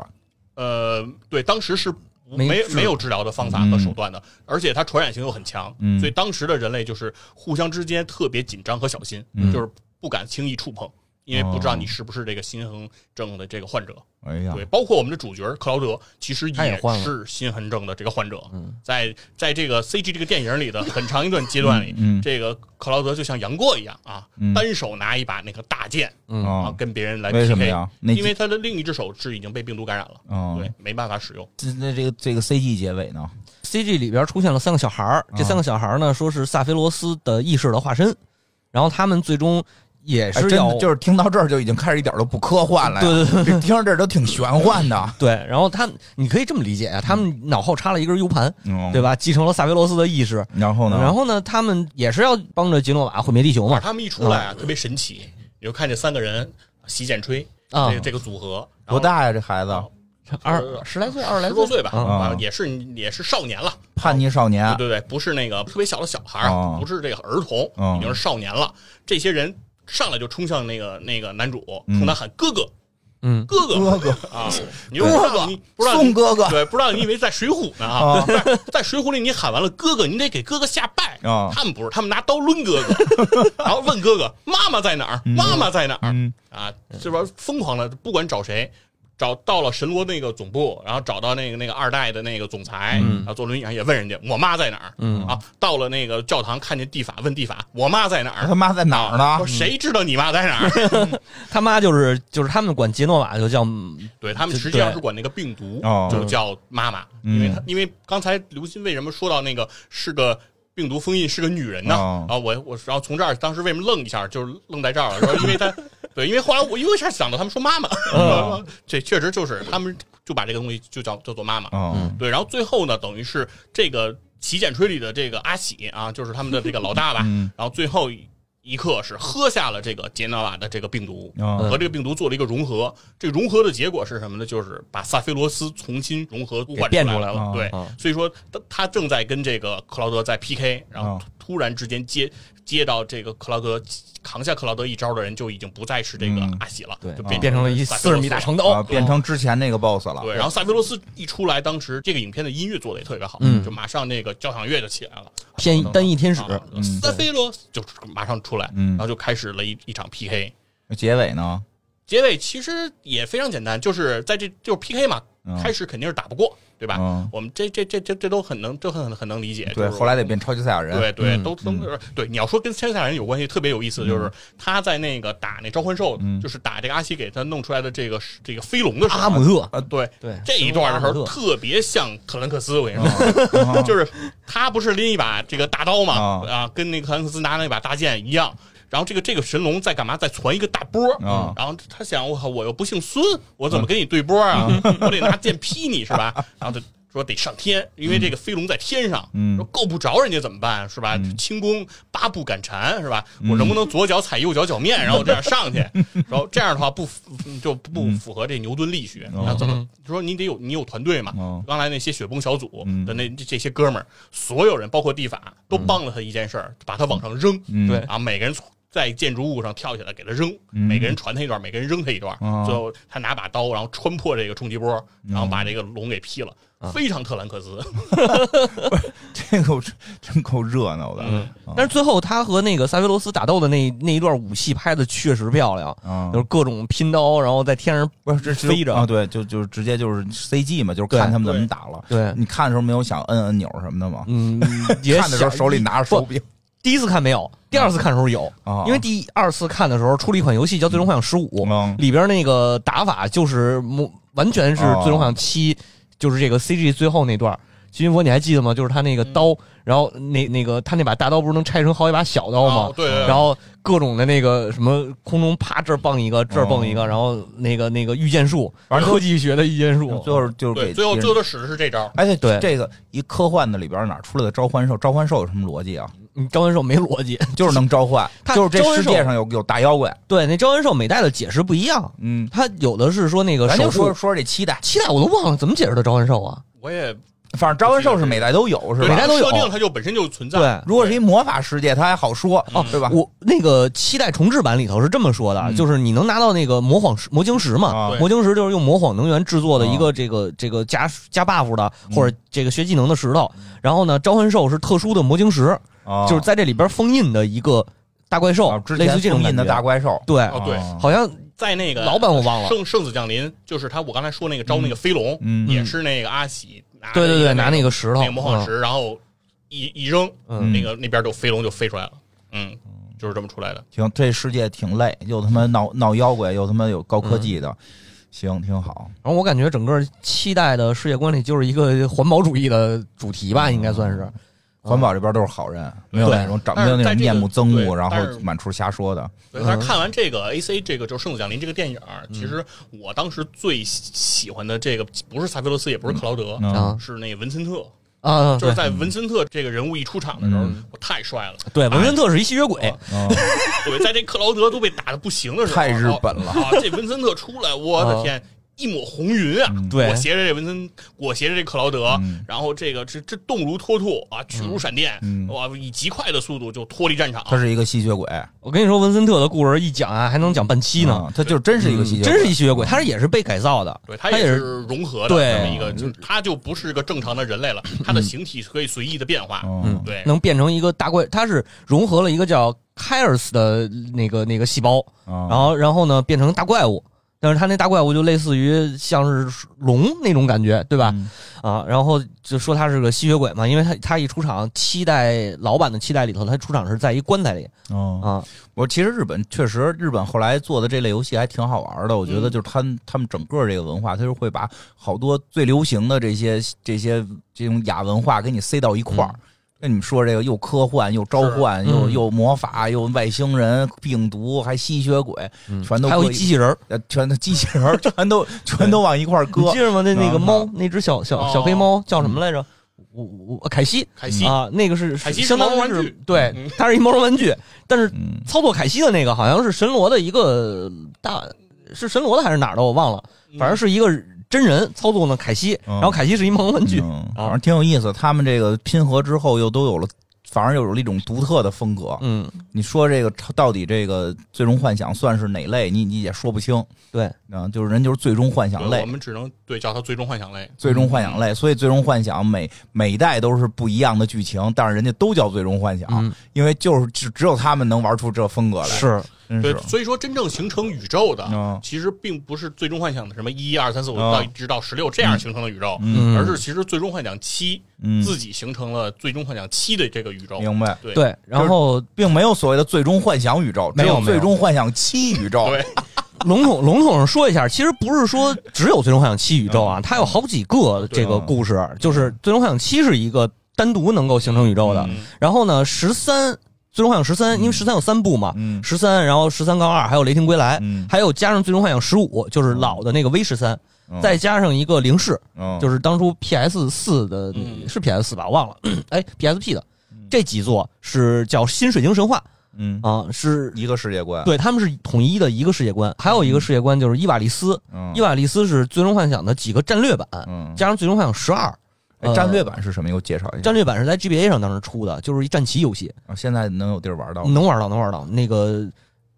呃，对，当时是不没没治没有治疗的方法和手段的，而且它传染性又很强，嗯所以当时的人类就是互相之间特别紧张和小心，就是不敢轻易触碰。因为不知道你是不是这个心痕症的这个患者，哎呀，对，包括我们的主角克劳德，其实他也患了是心痕症的这个患者。嗯在在这个 CG 这个电影 <laughs> 里的很长一段阶段里，嗯这个克劳德就像杨过一样啊，嗯单手拿一把那个大剑嗯啊啊，，跟别人来 PK。为什么呀？那因为他的另一只手是已经被病毒感染了，哦对，没办法使用。这那这个这个 CG 结尾呢？ CG 里边出现了三个小孩儿，这三个小孩儿呢，说是萨菲罗斯的意识的化身，然后他们最终也哎，是真要、的就是听到这儿就已经开始一点都不科幻了呀。对对对，听到这儿都挺玄幻的。对，然后他你可以这么理解啊，他们脑后插了一根 U 盘，嗯哦对吧？继承了萨菲罗斯的意识，然后呢？然后呢，他们也是要帮着杰诺瓦毁灭地球嘛，他们一出来啊，特别神奇，你就看这三个人洗剪吹啊这个这个组合多？大呀？这孩子，二呃十来岁，二十来十多岁，岁吧，啊啊，也是也是少年了，叛逆少年。对对对，不是那个特别小的小孩儿啊啊，不是这个儿童啊，已经是少年了。这些人上来就冲向那个那个男主，嗯冲他喊哥哥嗯，哥哥哥哥， <laughs> 啊，你就不知道你不知道你宋哥哥对，不知道你以为在《水浒》呢啊？啊不是 <laughs> 在《水浒》里你喊完了哥哥，你得给哥哥下拜啊他们不是，他们拿刀抡哥 <laughs> 哥，然后问哥哥妈妈在哪儿？妈妈在哪儿？嗯啊，这边疯狂的，不管找谁。找到了神罗那个总部，然后找到那个那个二代的那个总裁，然后坐轮椅上也问人家我妈在哪儿，嗯啊，到了那个教堂看见地法问地法我妈在哪儿，他妈在哪儿啊呢嗯说？谁知道你妈在哪儿？他妈就是就是他们管杰诺瓦就叫对他们就实际上对是管那个病毒哦，就叫妈妈，因为他因为刚才刘鑫为什么说到那个是个病毒封印是个女人呢？哦啊，我我然后从这儿当时为什么愣一下，就是愣在这儿了，说因为他对，因为后来我又一下想到他们说妈妈， <laughs> 这确实就是他们就把这个东西就叫叫做妈妈，哦，嗯对，然后最后呢，等于是这个洗剪吹里的这个阿喜啊，就是他们的这个老大吧，嗯然后最后一刻是喝下了这个杰纳瓦的这个病毒，嗯啊和这个病毒做了一个融合。这个融合的结果是什么呢？就是把萨菲罗斯重新融合给换变出出来来了对，啊所以说他他正在跟这个克劳德在嗯 PK，然后啊突然之间接接到这个克劳德扛下克劳德一招的人就已经不再是这个嗯阿喜了，对嗯就，变成了一萨菲四十罗斯米大了长啊，刀，变成之前那个 boss 了。哦啊对，然后萨菲罗斯一出来，当时这个影片的音乐做的也特别好，嗯就马上那个交响乐就起来了，天单翼天使，啊萨菲罗斯就马上出来，嗯然后就开始了一一场 PK。结尾呢？结尾其实也非常简单，就是在这就是 PK 嘛，嗯开始肯定是打不过，对吧？嗯我们这这这这这都很能，这很很能理解。对，就是后来得变超级赛亚人，对对，嗯都都是对。你要说跟天下人有关系，特别有意思，嗯就是他在那个打那召唤兽，就是打这个阿西给他弄出来的这个这个飞龙的时候，阿姆特，啊对对这一段的时阿姆候，特哦特别像特兰克斯，我跟你说，啊 <laughs> 就是他不是拎一把这个大刀嘛，啊啊，跟那个特兰克斯拿那把大剑一样。然后这个这个神龙在干嘛？在传一个大波儿哦啊然后他想，我靠，我又不姓孙，我嗯怎么跟你对波啊？我得拿剑劈你是吧？然后他说得上天，因为这个飞龙在天上，嗯说够不着人家怎么办是吧？轻功八步赶蝉是吧？嗯我能不能左脚踩右脚脚面，然后我这样 <laughs> 上去？然后这样的话不符就不符合这牛顿力学，嗯哦然后怎么？就说你得有你有团队嘛，哦刚才那些雪崩小组嗯的那这这些哥们儿，所有人包括地法都帮了他一件事儿，把他往上扔，嗯对啊，每个人在建筑物上跳起来给他扔，嗯每个人传他一段，每个人扔他一段，哦最后他拿把刀，然后穿破这个冲击波，然后把这个龙给劈了，嗯非常特兰克斯， <laughs> 这个我真真够热闹的，嗯啊但是最后他和那个萨菲罗斯打斗的那那一段武戏拍的确实漂亮，啊就是各种拼刀，然后在天上不是这是飞着啊，对，就就是直接就是 CG 嘛，就是对看他们怎么对打了。对，你看的时候没有想摁按钮什么的吗？ <laughs> 嗯，也看的时候想手里拿着手不柄第一次看没有，第二次看的时候有，啊，因为第一二次看的时候出了一款游戏叫《最终幻想十五》，嗯里边那个打法就是模完全是哦《最终幻想七》，就是这个 CG 最后那段儿。徐云波，你还记得吗？就是他嗯那个刀，然后那那个他那把大刀不是能拆成好几把小刀吗？哦对对对然后各种的那个什么空中啪这儿蹦一个，这儿蹦一个，然后那个那个御剑术，哦反正科技学的御剑术，最后就是给对，最后别人最后他使的是这招，哎，对这个一科幻的里边哪出来的召唤兽？召唤兽有什么逻辑啊？嗯召唤兽没逻辑。就是能召唤，它就是这召唤世兽界上有有大妖怪。对，那召唤兽每代的解释不一样，嗯，它有的是说那个咱手就术说说这期待，期待我都忘了怎么解释的召唤兽啊。我也反正召唤兽是每代都有，是对每吧？代都有啊设定，它就本身就存在，对如果是一魔法世界，它还好说，嗯哦对吧？我那个期待重置版里头是这么说的，啊嗯就是你能拿到那个魔晃石魔晶石嘛？啊对嗯魔晶石就是用魔晃能源制作的一个这个、这个加加 buff 的嗯或者这个学技能的石头。然后呢，召唤兽是特殊的魔晶石，啊就是在这里边封印的一个大怪兽，啊之类似前这种封印的感觉嗯大怪兽，对，哦对啊好像在那个老版我忘了。圣圣子降临，就是他我刚才说那个招那个飞龙，嗯也是那个阿喜拿对对着一对，个拿那那个个石头，那个魔幻石，然后一一扔，嗯那个那边就飞龙就飞出来了，嗯，就是这么出来的。行，这世界挺累，又他妈闹闹妖怪，又他妈有高科技嗯的，行，挺好。嗯。然后我感觉整个期待的世界观里就是一个环保主义的主题嗯吧，应该算是。环保这边都是好人，没有对那种长没但是有那在种这面个目憎恶，对然后但是啊满处瞎说的。嗯对，但是看完这个 A C 这个就是《圣子降临》这个电影儿，其实我当时最喜喜欢的这个不是萨菲罗斯，也不是克劳德，嗯啊是那个文森特。啊，就是对在文森特这个人物一出场的时候嗯，我太帅了。对，文森特是一吸血鬼， <laughs> 嗯，对，在这克劳德都被打的不行的时候，太日本了啊啊！这文森特出来，我的天，一抹红云啊！对裹挟着这文森，裹挟着这克劳德，嗯然后这个这这动如脱兔啊，去如闪电，嗯哇，以极快的速度就脱离战场。他是一个吸血鬼，我跟你说，文森特的故事一讲啊，还能讲半期呢。嗯他就真是一个吸血鬼，真是一吸血鬼，他也是被改造的，对，他他也是是融合的对这么嗯一个，就是他就不是个正常的人类了，他的形体可以随意的变化。嗯对，能变成一个大怪，他是融合了一个叫凯尔斯的那个那个细胞，嗯，然后然后呢变成大怪物，但是他那大怪物就类似于像是龙那种感觉，对吧？嗯啊，然后就说他是个吸血鬼嘛，因为他他一出场，期待老版的期待里头，他出场是在一棺材里嗯啊，我其实日本确实，日本后来做的这类游戏还挺好玩的。我觉得嗯就是他们他们整个这个文化，他就会把好多最流行的这些这些这种亚文化给你塞到一块儿。跟你们说这个又科幻又召唤嗯是又嗯又魔法又外星人病毒还吸血鬼，嗯全都还有搁一机器人儿，呃全都 <laughs> 机器人儿全都全都往一块儿你搁记。着吗？那那啊个嗯猫，那只小小小黑猫叫什么来着？我我我凯西，哦凯西啊，那个是凯西是相当于毛绒玩是具对嗯，它是一毛绒玩具，但是嗯操作凯西的那个好像是神罗的一个大，是神罗的还是哪儿的我忘了，嗯反正是一个真人操作呢凯西，嗯然后凯西是一毛绒玩具，嗯，反正挺有意思。他们这个拼合之后，又都有了，反正又有了一种独特的风格。嗯，你说这个到底这个最终幻想算是哪类？你你也说不清对，啊，就是人就是最终幻想对，我类，们只能对叫它最终幻想类。最终幻想类，所以最终幻想每每一代都是不一样的剧情，但是人家都叫最终幻想，嗯因为就是只只有他们能玩出这风格来，是真对是，所以说真正形成宇宙的，嗯其实并不是最终幻想的什么一二三四五嗯到一直到十六这样形成的宇宙，嗯而是其实最终幻想七、嗯，自己形成了最终幻想七的这个宇宙。明白，对对，然后并没有所谓的最终幻想宇宙，只没有没有最终幻想七宇宙。对，笼统笼统上说一下，其实不是说只有《最终幻想七》宇宙嗯啊，它有好几个这啊个故事，就是《最终幻想七》是一个单独能够形成宇宙的。嗯然后呢，十三《最终幻想十三》，因为十三有三部嘛，嗯十三，然后十三杠二，还有《雷霆归来》，嗯还有加上《最终幻想十五》，就是老的那个 V 十三，嗯再加上一个零式，嗯，就是当初 PS 四的、嗯是 PS 四吧，我忘了， <clears throat> 哎，PSP 的这几座是叫《新水晶神话嗯》啊，是一个世界观。对，他们是统一的一个世界观，还嗯有一个世界观就是伊瓦利斯。嗯，伊瓦利斯是《最终幻想》的几个战略版，嗯，加上《最终幻想十二哎呃战略版是什么？给我介绍一》，下。战略版是在 GBA 上当时出的，就是一战棋游戏，啊现在能有地儿玩哦到吗？能玩到能玩到。那个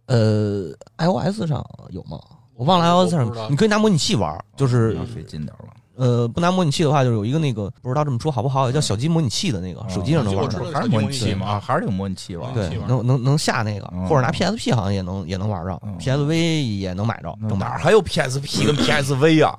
呃，iOS 上有吗？我忘了我 iOS 不知道上，你可以拿模拟器玩，就是哦让谁近点儿了？呃，不拿模拟器的话，就是有一个那个不知道这么说好不好，叫小鸡模拟器的那个，啊手机上能嗯哦我玩知到道。还是模拟器嘛，啊还是有模拟器吧？对模拟器，玩哦能能能下那个，嗯或者拿 PSP 好像也能也能玩着嗯，PSV 也能买着，那正哪版儿。还有 <laughs> PSP 跟 PSV 啊？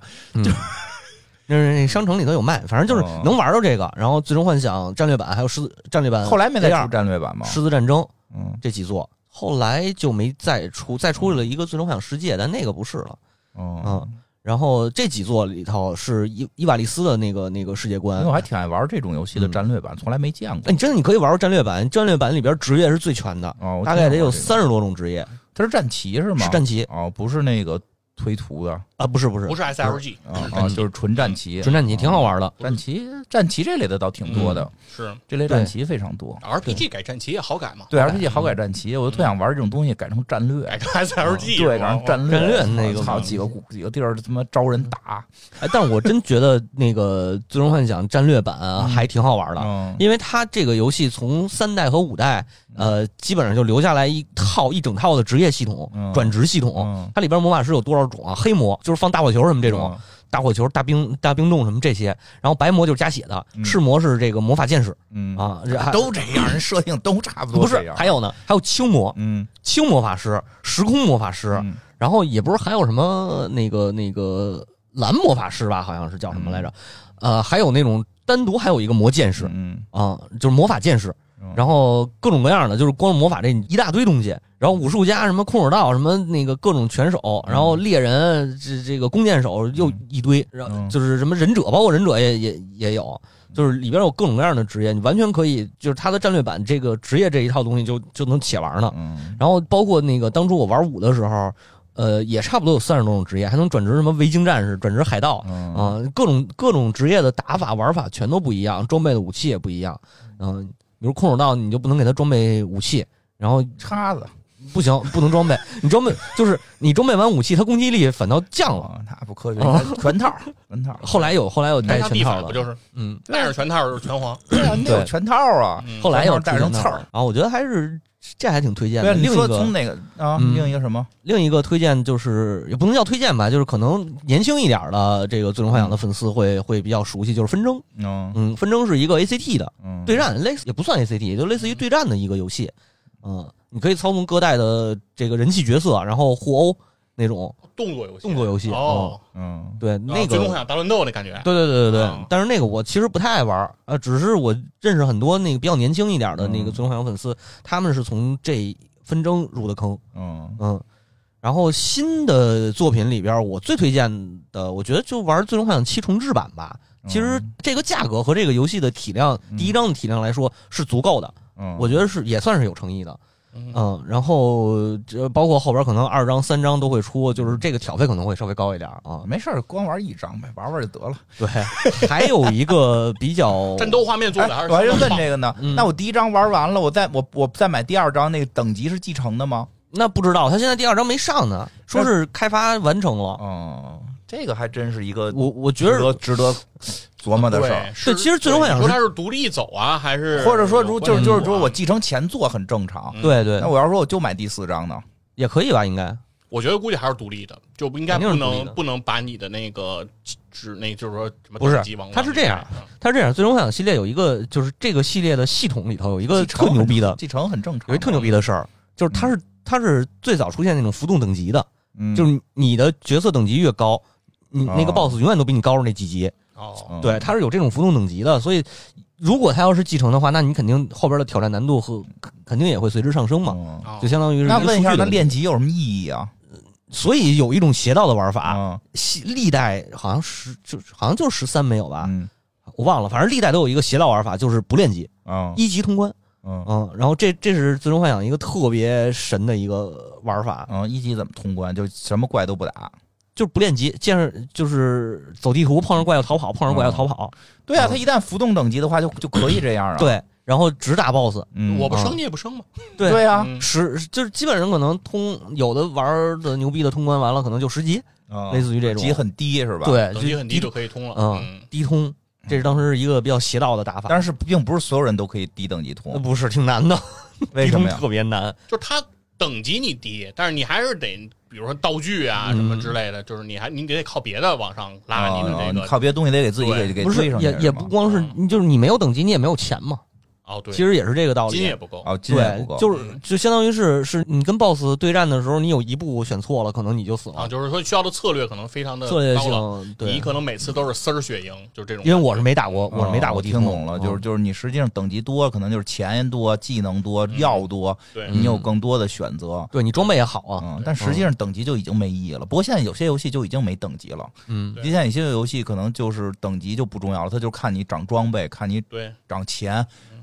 那是那商城里头有卖，反正就是哦能玩到这个。然后《最终幻想》战略版还有狮子战略版 AR，后来没再出战略版吗？狮子战争嗯，这几座，后来就没再出，再出了一个《最终幻想世界》，但那个不是了。哦嗯，然后这几座里头是伊伊瓦利斯的那个那个世界因观为我。还挺爱玩这种游戏的嗯战略版，从来没见哎，过你。真的你可以玩玩战略版，战略版里边职业是最全的，哦，我大概得有听说三十多种职业，过这个，它是战旗是吗？是战旗哦，不是那个推图的啊啊，不是不是不是 SLG，啊，就是纯战旗。啊纯战棋，挺好玩的。战旗战旗这类的倒挺多的，是这类战旗非常多。 RPG 改战旗也好改哎嘛，嗯对 RPG 好改战旗，我就特想玩这种东西改成战略啊改。成 SLG 对，是吧哦改成战战略那个操嘛几个几个地儿他妈招人打，哎，但我真觉得那个《最终幻想》战略版啊还挺好玩的。嗯因为它这个游戏从三代和五代，呃，基本上就留下来一套一整套的职业系统、嗯转职系统。嗯，它里边魔法师有多少种啊？黑魔就是放大火球什么这种，大火球、大冰、大冰冻什么这些。然后白魔就是加血的，嗯赤魔是这个魔法剑士嗯啊，还都这样，人设定都差不多不这是样。还有呢，还有青魔、嗯青魔法师、时空魔法师，嗯然后也不是还有什么那个那个蓝魔法师吧，好像是叫什么来着？呃，还有那种单独还有一个魔剑士，嗯啊、就是魔法剑士嗯，然后各种各样的，就是光是魔法这一大堆东西，然后武术家什么空手道什么那个各种拳手，然后猎人这这个弓箭手又一堆，然后嗯嗯就是什么忍者，包括忍者也也也有，就是里边有各种各样的职业，你完全可以就是他的战略版这个职业这一套东西就就能且玩呢。嗯然后包括那个当初我玩五的时候，呃，也差不多有三十多种职业，还能转职什么维京战士、转职海盗，嗯啊，各种各种职业的打法玩法全都不一样，装备的武器也不一样。嗯、比如空手道，你就不能给他装备武器，然后叉子不行，不能装备。你装备就是你装备完武器，他攻击力反倒降了。啊，那不科学啊，全套全 <laughs> 套。后来有后来有带单枪全必套反不的，就是嗯，带上全套就是拳皇？对啊，你得有全套啊。嗯后来有带上刺儿啊，我觉得还是这还挺推荐对啊，的。你另一说从个哪个啊？嗯另一个什么？另一个推荐就是也不能叫推荐吧，就是可能年轻一点的这个《最终幻想》的粉丝会会比较熟悉，就是纷争。嗯嗯，纷争是一个 ACT 的，嗯，对战，类似也不算 ACT，也就类似于对战的一个游戏。嗯，你可以操纵各代的这个人气角色，然后互殴那种。动作游戏，动作游戏哦，嗯对，啊那个最终幻想大乱斗那感觉，对对对对对嗯。但是那个我其实不太爱玩，呃，只是我认识很多那个比较年轻一点的那个嗯最终幻想粉丝，他们是从这纷争入的坑。嗯嗯，然后新的作品里边，我最推荐的，我觉得就玩《最终幻想七重置版》吧。其实嗯这个价格和这个游戏的体量，第一章的体量来说是足够的，嗯，我觉得是也算是有诚意的。嗯嗯，然后这包括后边可能二张、三张都会出，就是这个挑费可能会稍微高一点啊。没事儿，光玩一张呗，玩玩就得了。对，还有一个比较 <laughs> 战斗画面做的还哎是我还相就当问棒这个呢嗯。那我第一张玩完了，我再我我再买第二张，那个等级是继承的吗？那不知道，他现在第二张没上呢，说是开发完成了。哦，这个还真是一个啊我我觉值得得值得琢磨的事儿对，。是对其实最终幻想你说是它是独立走啊，还是或者说，如就是就是说我我，继承前作很正常。嗯对对那我要说我就买第四张呢？也可以吧，应该我觉得估计还是独立的，就不应该肯定不是独立的能不能把你的那个只那就是说什么不是等级往它是这样，它是这样，《最终幻想》系列有一个就是这个系列的系统里头有一个继承呃特牛逼的，继承很正常。有一特牛逼的事儿，就是它是它是最早出现那种浮动等级的，嗯就是你的角色等级越高，你哦那个 BOSS 永远都比你高出那几级。哦，嗯对，它是有这种浮动等级的，所以如果它要是继承的话，那你肯定后边的挑战难度和肯定也会随之上升嘛，嗯哦就相当于是那一个问一数据下，的那问题。练级有什么意义啊？所以有一种邪道的玩法，啊，西历代好像十就好像就十三没有吧，嗯我忘了，反正历代都有一个邪道玩法，就是不练级，啊一级通关。嗯嗯，然后这这是《最终幻想》一个特别神的一个玩法，嗯，一级怎么通关？就什么怪都不打。就是不练级，见着就是走地图，碰上怪要逃跑，碰上怪要逃跑，对啊，嗯他一旦浮动等级的话，就就可以这样啊。，对，然后只打 BOSS，嗯，哦我不啊升你也不升嘛，对对啊，嗯十就是基本上可能通有的玩的牛逼的通关完了，可能就十级，嗯类似于这种级很低是吧？，对，等级很低低就通，可以通了。嗯，，低通，这是当时一个比较邪道的打法，但是并不是所有人都可以低等级呃通，不是挺难的，为什低通么呀？特别难，就是它等级你低，但是你还是得，比如说道具啊嗯什么之类的，就是你还你得靠别的往上拉啊你哦的这你个。靠别的东西得给自己对给给不推是上去啊也也吗不光是就是你没有等级，你也没有钱嘛，哦，对，其实也是这个道理，金也不够。哦，金也不对够，，就是就相当于是是你跟 BOSS 对战的时候，你有一步选错了，可能你就死啊，了。就是说需要的策略可能非常的策略高了，性你对，可能每次都是丝儿血赢，就是这种。因为我是没打过，哦是没打过我地听通，懂了，就是嗯就是你实际上等级多，可能就是钱多、技能多、嗯药多，对你嗯有更多的选择。对你装备也好啊，嗯，但实际上等级就已经没意义了。不过现在有些游戏就已经没等级了，嗯对现在有些游戏可能就是等级就不重要了，它就看你涨装备，看你对涨钱，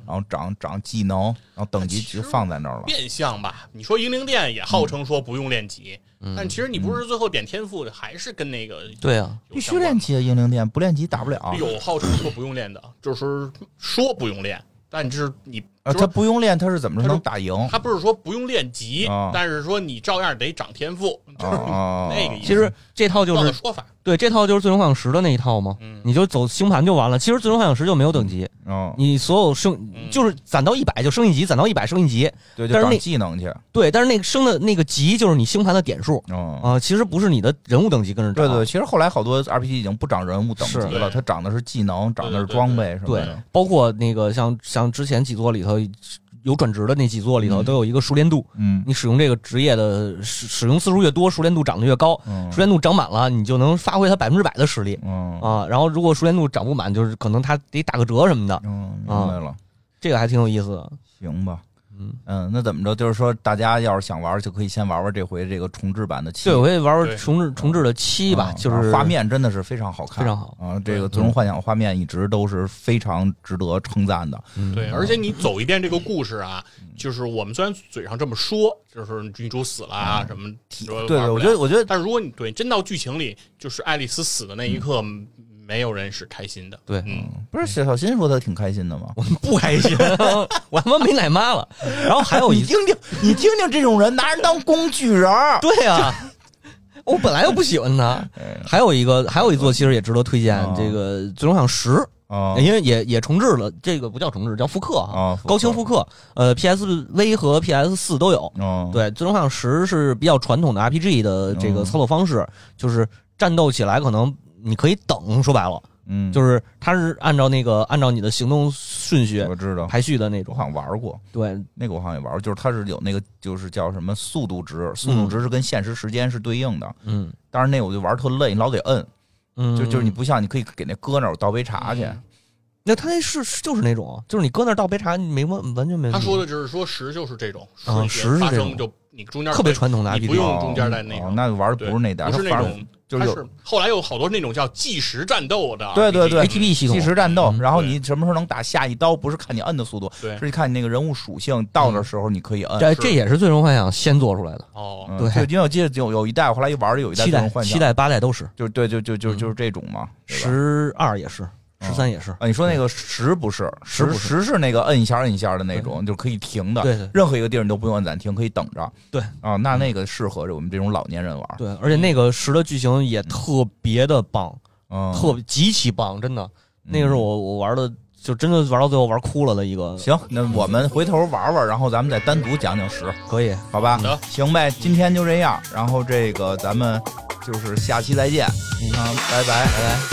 然后涨涨技能，然后等级那其就实放在那儿了。变相吧。你说英灵殿也号称说不用练级，嗯但其实你不是最后点天赋，还是跟那个对啊，有嗯必须相关练级啊，英灵殿不练级打不了。有号称说不用练的，就是说不用练，但是你啊，就他是不用练，他是怎么着他说能打赢？他不是说不用练级啊，但是说你照样得涨天赋，哦哦，那个意思其实这套就换个是说法。对这套就是《最终幻想十》的那一套嘛，嗯，你就走星盘就完了。其实《最终幻想十》就没有等级，哦，你所有升嗯就是攒到一百就升一级，攒到一百升一级。对，就但是涨那技能去。对，但是那个升的那个级就是你星盘的点数哦，啊，其实不是你的人物等级跟着对涨。对，其实后来好多 RPG 已经不涨人物等级啊是了，对它涨的是技能，涨的是对对对装备什么对的。，包括那个像像之前几座里头有转职的那几座里嗯头都有一个熟练度，嗯你使用这个职业的使使用次数越多，熟练度涨得越高，嗯熟练度涨满了，你就能发挥它百分之百的实力嗯啊。然后如果熟练度涨不满，就是可能它得打个折什么的，嗯，明白了，这个还挺有意思的。行吧。嗯，嗯，那怎么着？就是说，大家要是想玩，就可以先玩玩这回这个重置版的七这，有回玩对玩重置重置的七吧，嗯就是画面真的是非常好看，非常好。嗯啊，这个《最终幻想》画面一直都是非常值得称赞的。嗯对，而且你走一遍这个故事啊，就是我们虽然嘴上这么说，就是女主死了啊什么，对说玩嗯对，不我了觉得，我觉得但是如果你对真到剧情里，就是爱丽丝死的那一刻，没有人是开心的。对嗯，不是小小新说他挺开心的吗？不开心， <laughs> 我他妈没奶妈了。然后还 <laughs> 有你一。听听， <laughs> 你听听这种人拿人当工具人儿 <laughs> 对啊，我本来就不喜欢 <laughs> 他。还有一个，还有一嗯座其实也值得推荐，哦这个《最终幻想十》，啊因为也也重置了，这个不叫重置，叫复刻啊，啊，哎高清复刻。呃，PSV 和 PS 四都有。啊，对，《最终幻想十》是比较传统的 RPG 的这个嗯操作方式，就是战斗起来可能你可以等，说白了，嗯，就是它是按照那个按照你的行动顺序我知道，排序的那我嗯种好。像玩过。对，那个我好像也玩过，就是它是有那个就是叫什么速度值，速嗯度值是跟现实时间是对应的。嗯当然那我就玩特累，你老得摁，嗯，就就是你不像你可以给那搁那儿我倒杯茶去。嗯那他那是是就是那种，就是你搁那儿倒杯茶，你没问完全没问他题。说的就是说十就是这种，嗯啊瞬十是间发这生种就你中间特别传统的你 RPG，不用中间在那哦种哦，那玩的不是那代，不是它那反种，就是它有是后来有好多那种叫计时战斗的啊 RPG，对对对 ATB 系统计时战斗，嗯然后你什么时候能打下一刀，不是看你摁的速度，对是看你那个人物属性到的时候你可以摁。这是这也嗯是最终幻想先做出来的，哦，嗯对就因为我记得有有一代，我后来一玩的有一代七这种代、幻七想，代、八代都是，就对，就就就嗯就是这种嘛，对吧十二也是，十三也是，啊，你说那个十不是十十不是十是那个摁一下摁一下的那种，就可以停的。对对任何一个地儿你都不用按暂停，可以等着。对嗯啊，那那个适合着我们这种老年人玩。对，而且那个十的剧情也特别的棒，嗯，特别极其棒，真的，那个是我我玩的，就真的玩到最后玩哭了的一个，行，那我们回头玩玩，然后咱们再单独讲讲十，可以，好吧？行行呗，今嗯天就这样，然后这个咱们就是下期再见。啊，拜拜，拜拜。